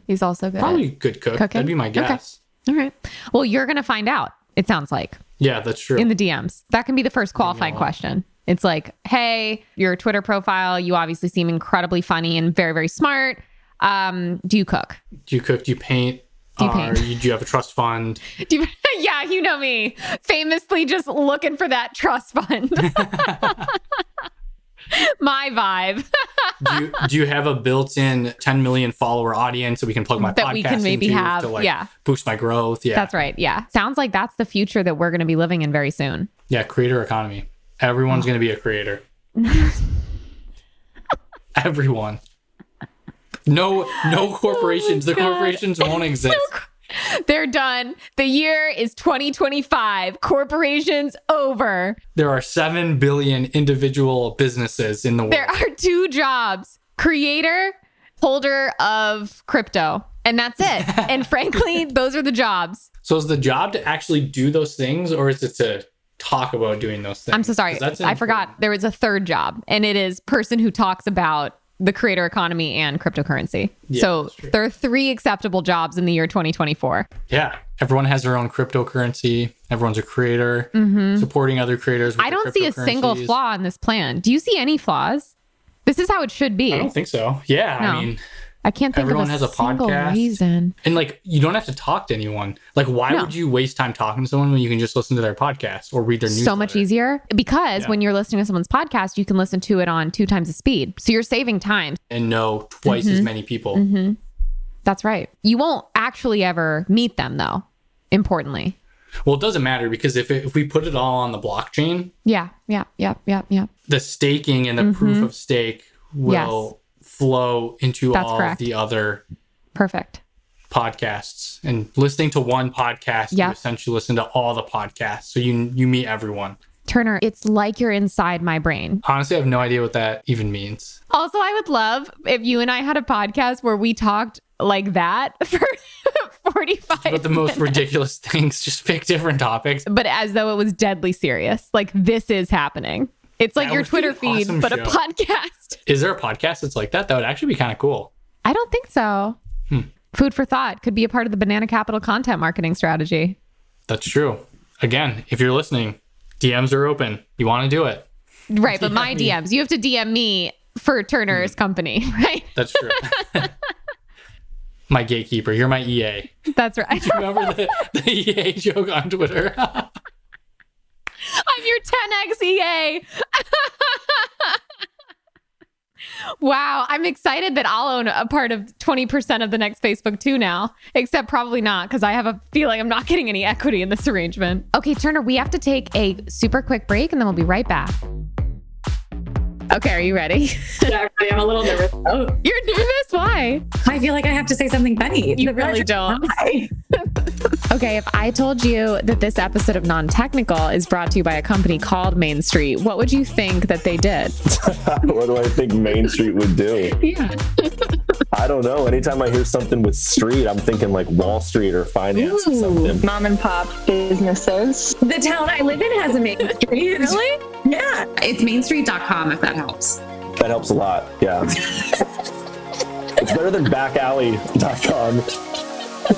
Speaker 1: He's also good. at-
Speaker 2: probably a good cook.
Speaker 1: Cooking?
Speaker 2: That'd be my
Speaker 1: Okay.
Speaker 2: guess.
Speaker 1: all right. Well, you're going to find out, it sounds like.
Speaker 2: Yeah, that's true.
Speaker 1: in the DMs. That can be the first qualifying question. It's like, hey, your Twitter profile, you obviously seem incredibly funny and very, very smart. Um, do you cook?
Speaker 2: do you cook? Do you paint?
Speaker 1: Do you
Speaker 2: Are
Speaker 1: paint?
Speaker 2: you, do you have a trust fund?
Speaker 1: Do you, yeah, you know me. Famously just looking for that trust fund. My vibe
Speaker 2: do you, do you have a built-in 10 million follower audience that we can plug my
Speaker 1: That
Speaker 2: podcast
Speaker 1: we can maybe
Speaker 2: into
Speaker 1: have,
Speaker 2: to like
Speaker 1: yeah.
Speaker 2: boost my growth? Yeah,
Speaker 1: That's right. Yeah. Sounds like that's the future that we're going to be living in very soon.
Speaker 2: yeah. Creator economy. Everyone's gonna be a creator. Everyone. No, no corporations. the
Speaker 1: Oh God.
Speaker 2: corporations won't exist.
Speaker 1: They're done. The year is 2025. Corporations over.
Speaker 2: There are seven billion individual businesses in the world.
Speaker 1: There are two jobs creator, holder of crypto. And that's it. and frankly, those are the jobs.
Speaker 2: So is the job to actually do those things, or is it to talk about doing those things?
Speaker 1: I'm so sorry.
Speaker 2: 'Cause that's
Speaker 1: I forgot there is a third job, and it is person who talks about the creator economy and cryptocurrency.
Speaker 2: Yeah,
Speaker 1: so
Speaker 2: that's true.
Speaker 1: there are three acceptable jobs in the year 2024.
Speaker 2: important. Yeah, everyone has their own cryptocurrency. Everyone's a creator, supporting other creators.
Speaker 1: Mm-hmm.
Speaker 2: With
Speaker 1: I
Speaker 2: their
Speaker 1: don't see a single
Speaker 2: cryptocurrencies.
Speaker 1: flaw in this plan. Do you see any flaws? This is how it should be.
Speaker 2: I don't think so. Yeah,
Speaker 1: No.
Speaker 2: I mean,
Speaker 1: I can't think
Speaker 2: Everyone
Speaker 1: of a
Speaker 2: has a
Speaker 1: single
Speaker 2: podcast.
Speaker 1: reason.
Speaker 2: And like, you don't have to talk to anyone. Like, why
Speaker 1: No.
Speaker 2: would you waste time talking to someone when you can just listen to their podcast or read their news?
Speaker 1: So much easier because
Speaker 2: Yeah.
Speaker 1: when you're listening to someone's podcast, you can listen to it on two times the speed. So you're saving time.
Speaker 2: And know twice
Speaker 1: Mm-hmm.
Speaker 2: as many people.
Speaker 1: That's right. You won't actually ever meet them though, importantly.
Speaker 2: Well, it doesn't matter because if, it, if we put it all on the blockchain,
Speaker 1: Yeah, yeah, yeah, yeah, yeah.
Speaker 2: the staking and the
Speaker 1: Mm-hmm.
Speaker 2: proof of stake will flow into
Speaker 1: That's
Speaker 2: all of
Speaker 1: correct.
Speaker 2: the other
Speaker 1: Perfect.
Speaker 2: podcasts. And listening to one podcast,
Speaker 1: Yeah.
Speaker 2: you essentially listen to all the podcasts. So you you meet everyone.
Speaker 1: Turner, it's like you're inside my brain.
Speaker 2: Honestly, I have no idea what that even means.
Speaker 1: Also, I would love if you and I had a podcast where we talked like that for 45
Speaker 2: But the most ridiculous things, just pick different topics.
Speaker 1: but as though it was deadly serious. Like this is happening. It's like
Speaker 2: That
Speaker 1: your
Speaker 2: would be
Speaker 1: Twitter
Speaker 2: an
Speaker 1: feed,
Speaker 2: awesome
Speaker 1: but a
Speaker 2: show.
Speaker 1: podcast.
Speaker 2: Is there a podcast that's like that? That would actually be kind of cool.
Speaker 1: I don't think so.
Speaker 2: Hmm.
Speaker 1: Food for thought could be a part of the Banana Capital content marketing strategy.
Speaker 2: That's true. Again, if you're listening, DMs are open. You want to do it.
Speaker 1: Right, but my
Speaker 2: me.
Speaker 1: DMs, you have to DM me for Turner's
Speaker 2: Hmm.
Speaker 1: company, right?
Speaker 2: That's true. my gatekeeper, you're my EA.
Speaker 1: That's right.
Speaker 2: Remember the, the EA joke on Twitter?
Speaker 1: I'm your E 10x EA. wow, I'm excited that I'll own a part of 20% of the next Facebook too now, except probably not because I have a feeling I'm not getting any equity in this arrangement. Okay, Turner, we have to take a super quick break and then we'll be right back. Okay, are you ready?
Speaker 3: Actually, I'm a little nervous. Oh,
Speaker 1: You're nervous? Why?
Speaker 3: I feel like I have to say something funny.
Speaker 1: You really don't.
Speaker 3: Hi.
Speaker 4: Okay, if I told you that this episode of Non Technical is brought to you by a company called Main Street, what would you think that they did?
Speaker 5: what do I think Main Street would do?
Speaker 4: Yeah.
Speaker 5: I don't know. Anytime I hear something with street, I'm thinking like Wall Street or finance or something.
Speaker 6: mom and pop businesses.
Speaker 3: The town I live in has a main street.
Speaker 1: Really?
Speaker 3: Yeah.
Speaker 7: It's mainstreet.com if that helps.
Speaker 5: That helps a lot. Yeah. it's better than backalley.com.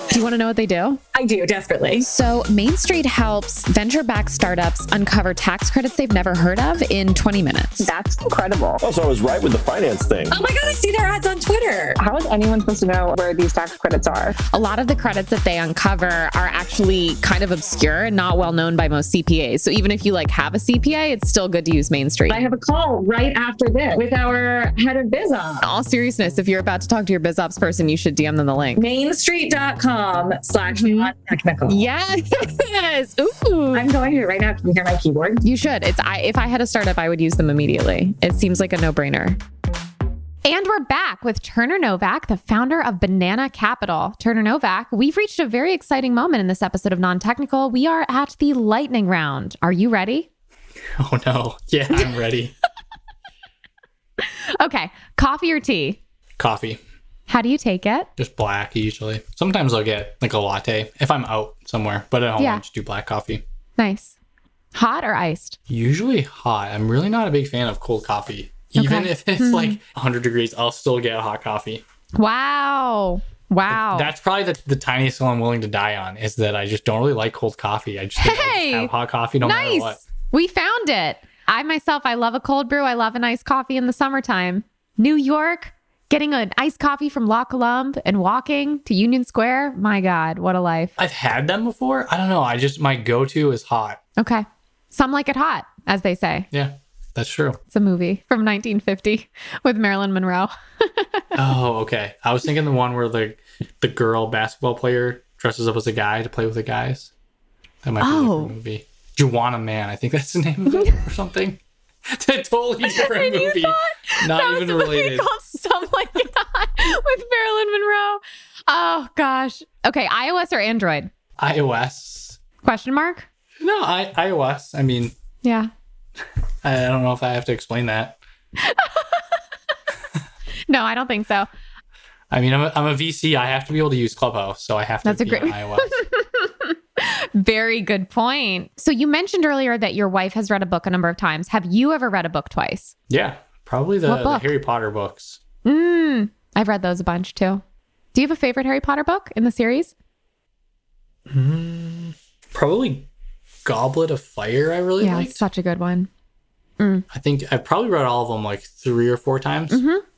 Speaker 4: Do you want to know what they do?
Speaker 3: I do desperately.
Speaker 4: So, Main Street helps venture backed startups uncover tax credits they've never heard of in 20 minutes.
Speaker 6: That's incredible.
Speaker 5: Oh, so I was right with the finance thing.
Speaker 3: Oh my God, I see their ads on Twitter.
Speaker 6: How is anyone supposed to know where these tax credits are?
Speaker 4: A lot of the credits that they uncover are actually kind of obscure and not well known by most CPAs. So, even if you like have a CPA, it's still good to use Main Street.
Speaker 6: I have a call right after this with our head of biz ops.
Speaker 4: In all seriousness, if you're about to talk to your biz ops person, you should DM them the link.
Speaker 3: Mainstreet.com slash
Speaker 1: Mm-hmm.
Speaker 3: non technical.
Speaker 4: Yes. Ooh.
Speaker 3: I'm going to right now. Can you hear my keyboard?
Speaker 4: You should. It's I if I had a startup, I would use them immediately. It seems like a no-brainer.
Speaker 1: And we're back with Turner Novak, the founder of Banana Capital. Turner Novak, we've reached a very exciting moment in this episode of Non Technical. We are at the lightning round. Are you ready?
Speaker 2: Oh no. Yeah, I'm ready.
Speaker 1: Okay, coffee or tea?
Speaker 2: Coffee.
Speaker 1: How do you take it?
Speaker 2: Just black usually. Sometimes I'll get like a latte if I'm out somewhere, but at home
Speaker 1: Yeah.
Speaker 2: I just do black coffee.
Speaker 1: Nice. Hot or iced?
Speaker 2: Usually hot. I'm really not a big fan of cold coffee. Even
Speaker 1: Okay. Hmm.
Speaker 2: if it's like 100 degrees, I'll still get hot coffee.
Speaker 1: Wow. Wow.
Speaker 2: That's probably the, the tiniest one I'm willing to die on is that I just don't really like cold coffee. I just, think I'll just
Speaker 1: Hey!
Speaker 2: have hot coffee no matter what.
Speaker 1: nice. We found it. I myself, I love a cold brew. I love an iced coffee in the summertime. New York, getting an iced coffee from La Colombe and walking to Union Square. My God, what a life.
Speaker 2: I've had them before. I don't know. I just, my go to is hot.
Speaker 1: Okay. Some like it hot, as they say.
Speaker 2: Yeah, that's true.
Speaker 1: It's a movie from 1950 with Marilyn Monroe.
Speaker 2: oh, okay. I was thinking the one where the, the girl basketball player dresses up as a guy to play with the guys. That might be
Speaker 1: Oh.
Speaker 2: a different movie. Juana Man, I think that's the name of it or something. It's a totally different movie. Not even related.
Speaker 1: called Some Like It Hot with Marilyn Monroe. Oh, gosh. Okay. iOS or Android?
Speaker 2: iOS.
Speaker 1: Question mark?
Speaker 2: No, I, iOS. I mean,
Speaker 1: Yeah.
Speaker 2: I I don't know if I have to explain that.
Speaker 1: No, I don't think so.
Speaker 2: I mean, I'm a, I'm a VC. I have to be able to use Clubhouse, so I have to
Speaker 1: That's a
Speaker 2: be
Speaker 1: great-
Speaker 2: on iOS.
Speaker 1: Very good point. So you mentioned earlier that your wife has read a book a number of times. Have you ever read a book twice?
Speaker 2: yeah, probably the,
Speaker 1: What
Speaker 2: the
Speaker 1: book?
Speaker 2: Harry Potter books.
Speaker 1: Mm, I've read those a bunch too. Do you have a favorite Harry Potter book in the series?
Speaker 2: Probably Goblet of Fire. I really
Speaker 1: yeah,
Speaker 2: liked.
Speaker 1: it's such a good one.
Speaker 2: I
Speaker 4: Mm-hmm.
Speaker 2: think I've probably read all of them like three or four times.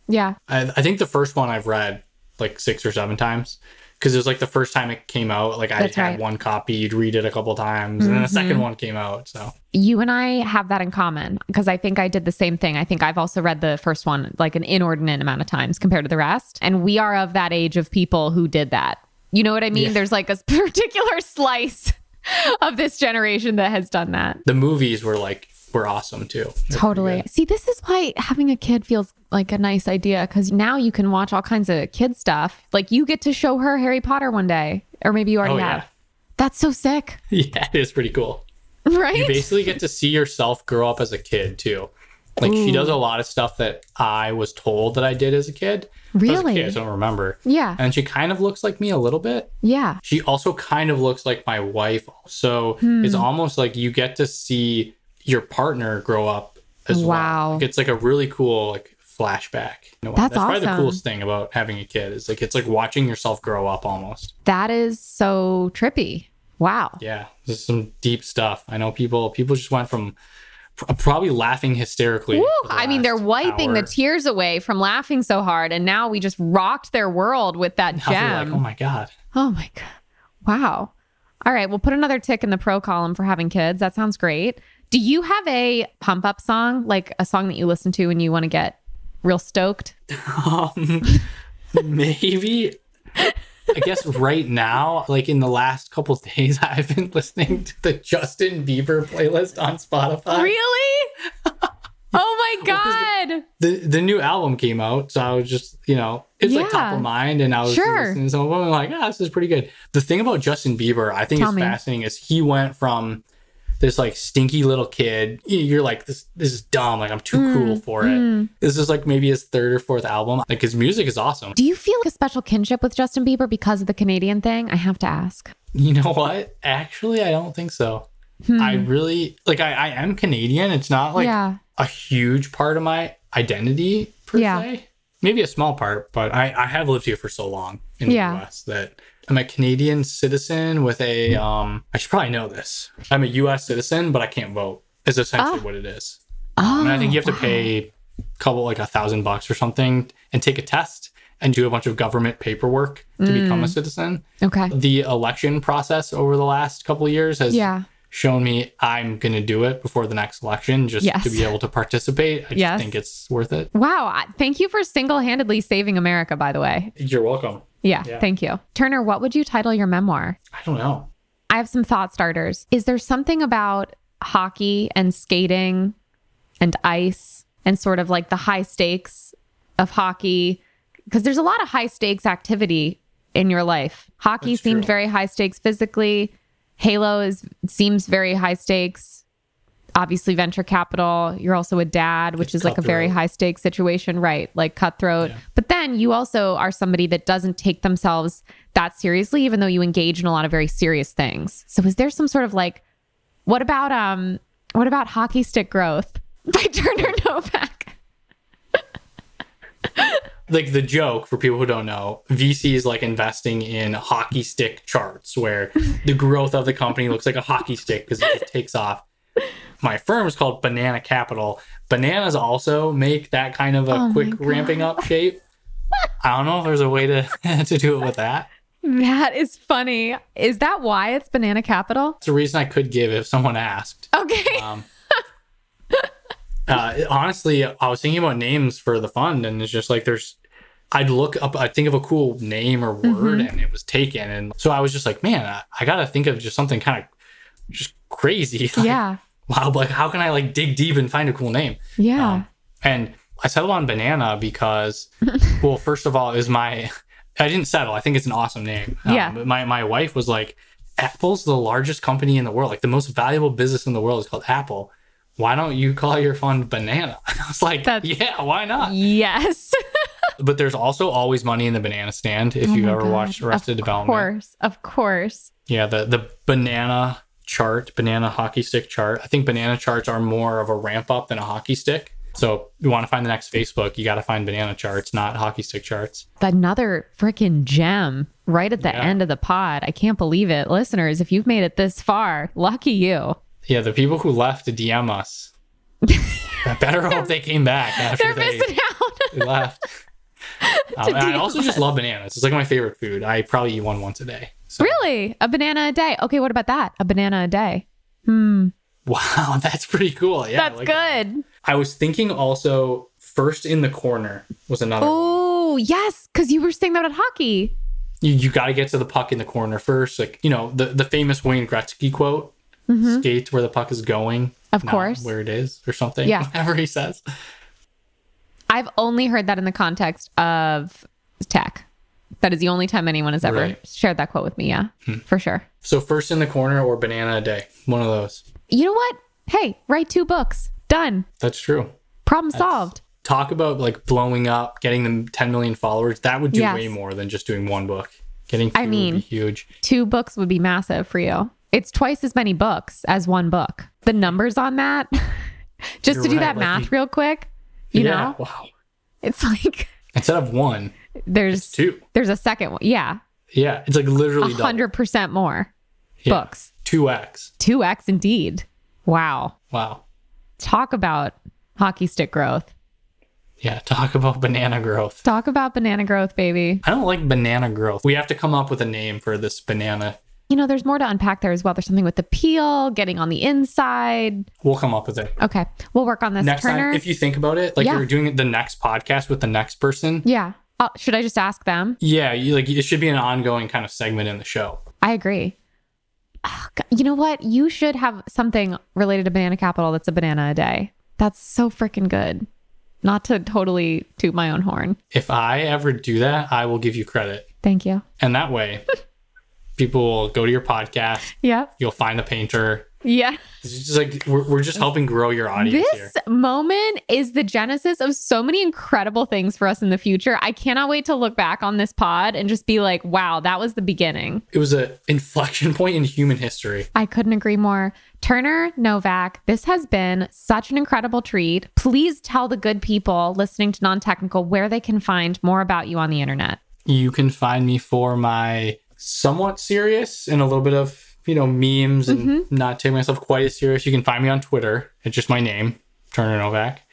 Speaker 1: Yeah.
Speaker 2: I, I think the first one I've read like six or seven times because it was like the first time it came out. Like I
Speaker 4: That's
Speaker 2: had
Speaker 4: right. Mm-hmm.
Speaker 2: one copy, you'd read it a couple times, and then the second one came out. So
Speaker 1: You and I have that in common because I think I did the same thing. I think I've also read the first one like an inordinate amount of times compared to the rest. And we are of that age of people who did that. You know what I mean?
Speaker 2: Yeah.
Speaker 1: There's like a particular slice of this generation that has done that.
Speaker 2: the movies were like were awesome too. They're pretty
Speaker 1: Totally.
Speaker 2: good.
Speaker 1: See, this is why having a kid feels like a nice idea because now you can watch all kinds of kid stuff. Like you get to show her Harry Potter one day, or maybe you already
Speaker 2: Oh
Speaker 1: have.
Speaker 2: yeah,
Speaker 1: That's so sick,
Speaker 2: yeah, it is pretty cool. You
Speaker 1: right?
Speaker 2: basically get to see yourself grow up as a kid too. Like she does a lot of stuff that I was told that I did as a kid. I was a
Speaker 1: Really?
Speaker 2: kid, I don't remember.
Speaker 1: Yeah.
Speaker 2: And she kind of looks like me a little bit.
Speaker 1: Yeah.
Speaker 2: She also kind of looks like my wife. So it's
Speaker 1: Hmm.
Speaker 2: almost like you get to see your partner grow up as
Speaker 1: Wow.
Speaker 2: well. Like, It's like a really cool like flashback. in a way.
Speaker 1: That's
Speaker 2: probably the
Speaker 1: awesome.
Speaker 2: coolest thing about having a kid is like it's like watching yourself grow up almost.
Speaker 1: That is so trippy. Wow.
Speaker 2: Yeah. This is some deep stuff. I know people people just went from pr- probably laughing hysterically.
Speaker 1: Woo!
Speaker 2: for the
Speaker 1: I mean, they're
Speaker 2: last
Speaker 1: wiping the
Speaker 2: hour.
Speaker 1: tears away from laughing so hard, and now we just rocked their world with that
Speaker 2: Now they're
Speaker 1: gem.
Speaker 2: Like, oh my god.
Speaker 1: oh my god! Wow. All right, we'll put another tick in the pro column for having kids. That sounds great. Do you have a pump up song, like a song that you listen to when you want to get real stoked?
Speaker 2: Um, maybe. I guess right now, like in the last couple of days, I've been listening to the Justin Bieber playlist on Spotify.
Speaker 1: really? oh my god!
Speaker 2: The the new album came out, so I was just you know it's like top
Speaker 1: Yeah.
Speaker 2: of mind, and I was just
Speaker 1: Sure.
Speaker 2: listening to some of them. I'm like, ah, this is pretty good. The thing about Justin Bieber, I think
Speaker 1: Tell
Speaker 2: is
Speaker 1: me.
Speaker 2: fascinating, is he went from this like stinky little kid. you- You're like this. This is dumb. Like I'm too cool
Speaker 1: Mm,
Speaker 2: for it. This is like maybe his third or fourth album. Like his music is awesome.
Speaker 1: Do you feel like a special kinship with Justin Bieber because of the Canadian thing? I have to ask.
Speaker 2: You know what? Actually, I don't think so. I really like I, I am Canadian. It's not like
Speaker 1: Hmm. yeah.
Speaker 2: a huge part of my identity per
Speaker 1: Yeah.
Speaker 2: se. Maybe a small part, but I, I have lived here for so long in
Speaker 1: Yeah. Hmm.
Speaker 2: the US that I'm a Canadian citizen with a um I should probably know this. I'm a US citizen, but I can't vote is essentially
Speaker 1: Oh.
Speaker 2: what it is.
Speaker 1: Oh,
Speaker 2: I mean, I think you have to pay a couple like a thousand bucks or something and take a test and do a bunch of government paperwork to become a
Speaker 1: Hmm.
Speaker 2: citizen
Speaker 1: okay.
Speaker 2: the election process over the last couple of years has
Speaker 1: Yeah.
Speaker 2: shown me I'm going to do it before the next election just
Speaker 1: Yes.
Speaker 2: to be able to participate. I just
Speaker 1: Yes.
Speaker 2: think it's worth it.
Speaker 1: Wow. I- Thank you for single handedly saving America, by the way.
Speaker 2: You're welcome.
Speaker 1: Yeah,
Speaker 2: Yeah.
Speaker 1: Thank you. Turner, what would you title your memoir?
Speaker 2: I don't know.
Speaker 1: I have some thought starters. Is there something about hockey and skating and ice and sort of like the high stakes of hockey? Because there's a lot of high stakes activity in your life. Hockey
Speaker 2: That's
Speaker 1: seemed
Speaker 2: true.
Speaker 1: very high stakes physically. Halo is seems very high stakes. Obviously, venture capital. You're also a dad, which is
Speaker 2: It's
Speaker 1: like a very
Speaker 2: cutthroat.
Speaker 1: high stakes situation, right? Like cutthroat. But then you also are somebody that doesn't take themselves that seriously, even though you engage in a lot of very serious things. So is there some sort of like, what about um, what about hockey stick growth by Turner Novak?
Speaker 2: Like the joke for people who don't know, VC is like investing in hockey stick charts where the growth of the company looks like a hockey stick because it just takes off. My firm is called Banana Capital. Bananas also make that kind of a
Speaker 1: Oh my
Speaker 2: quick ramping up shape. I don't know if there's a way to to do it with that.
Speaker 1: That is funny. Is that why it's banana capital?
Speaker 2: It's a reason I could give if someone asked.
Speaker 1: Okay.
Speaker 2: Um, uh, honestly, I was thinking about names for the fund, and it's just like there's. I'd look up, I'd think of a cool name or word, and it was taken. And so I was just like, man, I, I got to think of just something kind of just crazy. Like,
Speaker 1: yeah.
Speaker 2: Wow. Like, how can I like dig deep and find a cool name?
Speaker 1: Yeah.
Speaker 2: Um, and I settled on banana because, well, first of all, is my I didn't settle. I think it's an awesome name. Um,
Speaker 1: Yeah.
Speaker 2: But my my wife was like, Apple's the largest company in the world. Like the most valuable business in the world is called Apple. Why don't you call your fund banana? I was like,
Speaker 1: That's-
Speaker 2: yeah, why not?
Speaker 1: yes.
Speaker 2: But there's also always money in the banana stand if you've
Speaker 1: Oh my
Speaker 2: ever
Speaker 1: God.
Speaker 2: watched Arrested
Speaker 1: Of
Speaker 2: Development.
Speaker 1: course. Of course.
Speaker 2: Yeah, the the banana chart, banana hockey stick chart. I think banana charts are more of a ramp up than a hockey stick. So you want to find the next Facebook, you got to find banana charts, not hockey stick charts.
Speaker 1: Another freaking gem right at the
Speaker 2: Yeah.
Speaker 1: end of the pod. I can't believe it. Listeners, if you've made it this far, lucky you.
Speaker 2: Yeah, the people who left to DM us. I better hope they came back after
Speaker 1: They're
Speaker 2: they
Speaker 1: missing out.
Speaker 2: left. Um, and I
Speaker 1: be
Speaker 2: also just love bananas. It's like my favorite food. I probably eat one once a day. So.
Speaker 1: Really? A banana a day. Okay, what about that? A banana a day. Hmm.
Speaker 2: Wow, that's pretty cool. Yeah, I
Speaker 1: That's
Speaker 2: like that.
Speaker 1: good.
Speaker 2: I was thinking also first in the corner was another.
Speaker 1: Oh, yes, because you were saying that at hockey.
Speaker 2: You you got to get to the puck in the corner first. Like you know the the famous Wayne Gretzky quote: "Skate where the puck is going."
Speaker 1: Mm-hmm. Of
Speaker 2: not
Speaker 1: course.
Speaker 2: where it is or something.
Speaker 1: Yeah.
Speaker 2: whatever he says.
Speaker 1: I've only heard that in the context of tech. That is the only time anyone has ever
Speaker 2: Right.
Speaker 1: shared that quote with me. Yeah,
Speaker 2: Hmm.
Speaker 1: for sure.
Speaker 2: So first in the corner or banana a day. One of those.
Speaker 1: You know what? Hey, write two books. Done.
Speaker 2: That's true.
Speaker 1: Problem solved.
Speaker 2: Talk about like blowing up, getting them 10 million followers. That would do
Speaker 1: Yes.
Speaker 2: way more than just doing one book. Getting two
Speaker 1: I mean-
Speaker 2: would be huge.
Speaker 1: Two books would be massive for you. It's twice as many books as one book. The numbers on that, just
Speaker 2: You're
Speaker 1: to do
Speaker 2: right,
Speaker 1: that
Speaker 2: like
Speaker 1: math
Speaker 2: you-
Speaker 1: real quick, you
Speaker 2: yeah.
Speaker 1: know,
Speaker 2: Wow.
Speaker 1: it's like
Speaker 2: Instead of one,
Speaker 1: there's
Speaker 2: two.
Speaker 1: there's a second one. Yeah,
Speaker 2: Yeah, it's like literally double.
Speaker 1: hundred percent more
Speaker 2: Yeah.
Speaker 1: books.
Speaker 2: Two x.
Speaker 1: Two x indeed. Wow.
Speaker 2: Wow.
Speaker 1: Talk about hockey stick growth.
Speaker 2: Yeah, talk about banana growth.
Speaker 1: Talk about banana growth, baby.
Speaker 2: I don't like banana growth. We have to come up with a name for this banana.
Speaker 1: You know, there's more to unpack there as well. There's something with the peel, getting on the inside.
Speaker 2: We'll come up with it
Speaker 1: Okay, we'll work on this.
Speaker 2: next
Speaker 1: Turner.
Speaker 2: time. If you think about it, like
Speaker 1: Yeah.
Speaker 2: you're doing it the next podcast with the next person.
Speaker 1: yeah. Uh, should I just ask them?
Speaker 2: Yeah, you, like it should be an ongoing kind of segment in the show.
Speaker 1: I agree. Ah, God, you know what? You should have something related to banana capital that's a banana a day. That's so freaking good. Not to totally toot my own horn.
Speaker 2: If I ever do that, I will give you credit,
Speaker 1: Thank you.
Speaker 2: and that way, people will go to your podcast.
Speaker 1: Yeah.
Speaker 2: You'll find the painter.
Speaker 1: Yeah.
Speaker 2: It's just like we're, we're just helping grow your audience here.
Speaker 1: This moment is the genesis of so many incredible things for us in the future. I cannot wait to look back on this pod and just be like, wow, that was the beginning.
Speaker 2: It was a inflection point in human history.
Speaker 1: I couldn't agree more. Turner, Novak, this has been such an incredible treat. Please tell the good people listening to Non Technical where they can find more about you on the internet.
Speaker 2: you can find me for my somewhat serious and a little bit of you know memes and not take myself quite as serious you can find me on twitter it's just my name turner novak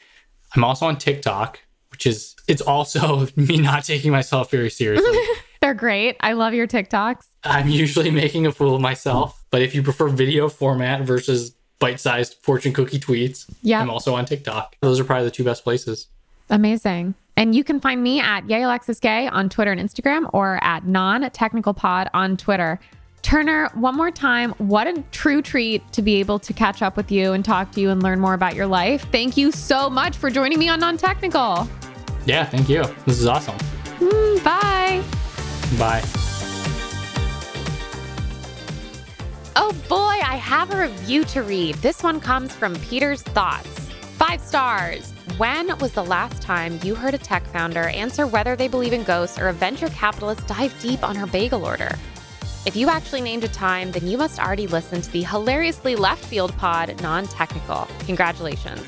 Speaker 2: i'm also on tiktok which is it's also me not taking myself very seriously
Speaker 1: They're great. I love your TikToks.
Speaker 2: i'm usually making a fool of myself but if you prefer video format versus bite-sized fortune cookie tweets
Speaker 1: Yeah.
Speaker 2: i'm also on tiktok those are probably the two best places
Speaker 1: Amazing. And you can find me at Yay Alexis Gay on Twitter and Instagram or at non technical pod on Twitter. Turner, one more time, what a true treat to be able to catch up with you and talk to you and learn more about your life. Thank you so much for joining me on Non Technical.
Speaker 2: yeah thank you this is awesome
Speaker 1: Mm, bye.
Speaker 2: bye
Speaker 4: Oh boy, I have a review to read. This one comes from Peter's Thoughts. Five stars. When was the last time you heard a tech founder answer whether they believe in ghosts or a venture capitalist dive deep on her bagel order? If you actually named a time, then you must already listen to the hilariously left field pod, non technical. Congratulations.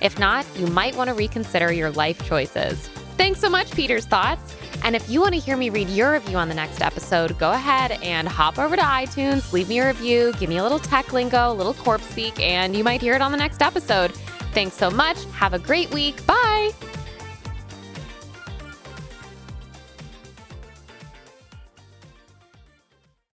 Speaker 4: If not, you might want to reconsider your life choices. Thanks so much, Peter's Thoughts. And if you want to hear me read your review on the next episode, go ahead and hop over to iTunes, leave me a review, give me a little tech lingo, a little corp speak, and you might hear it on the next episode. Thanks so much. Have a great week. Bye.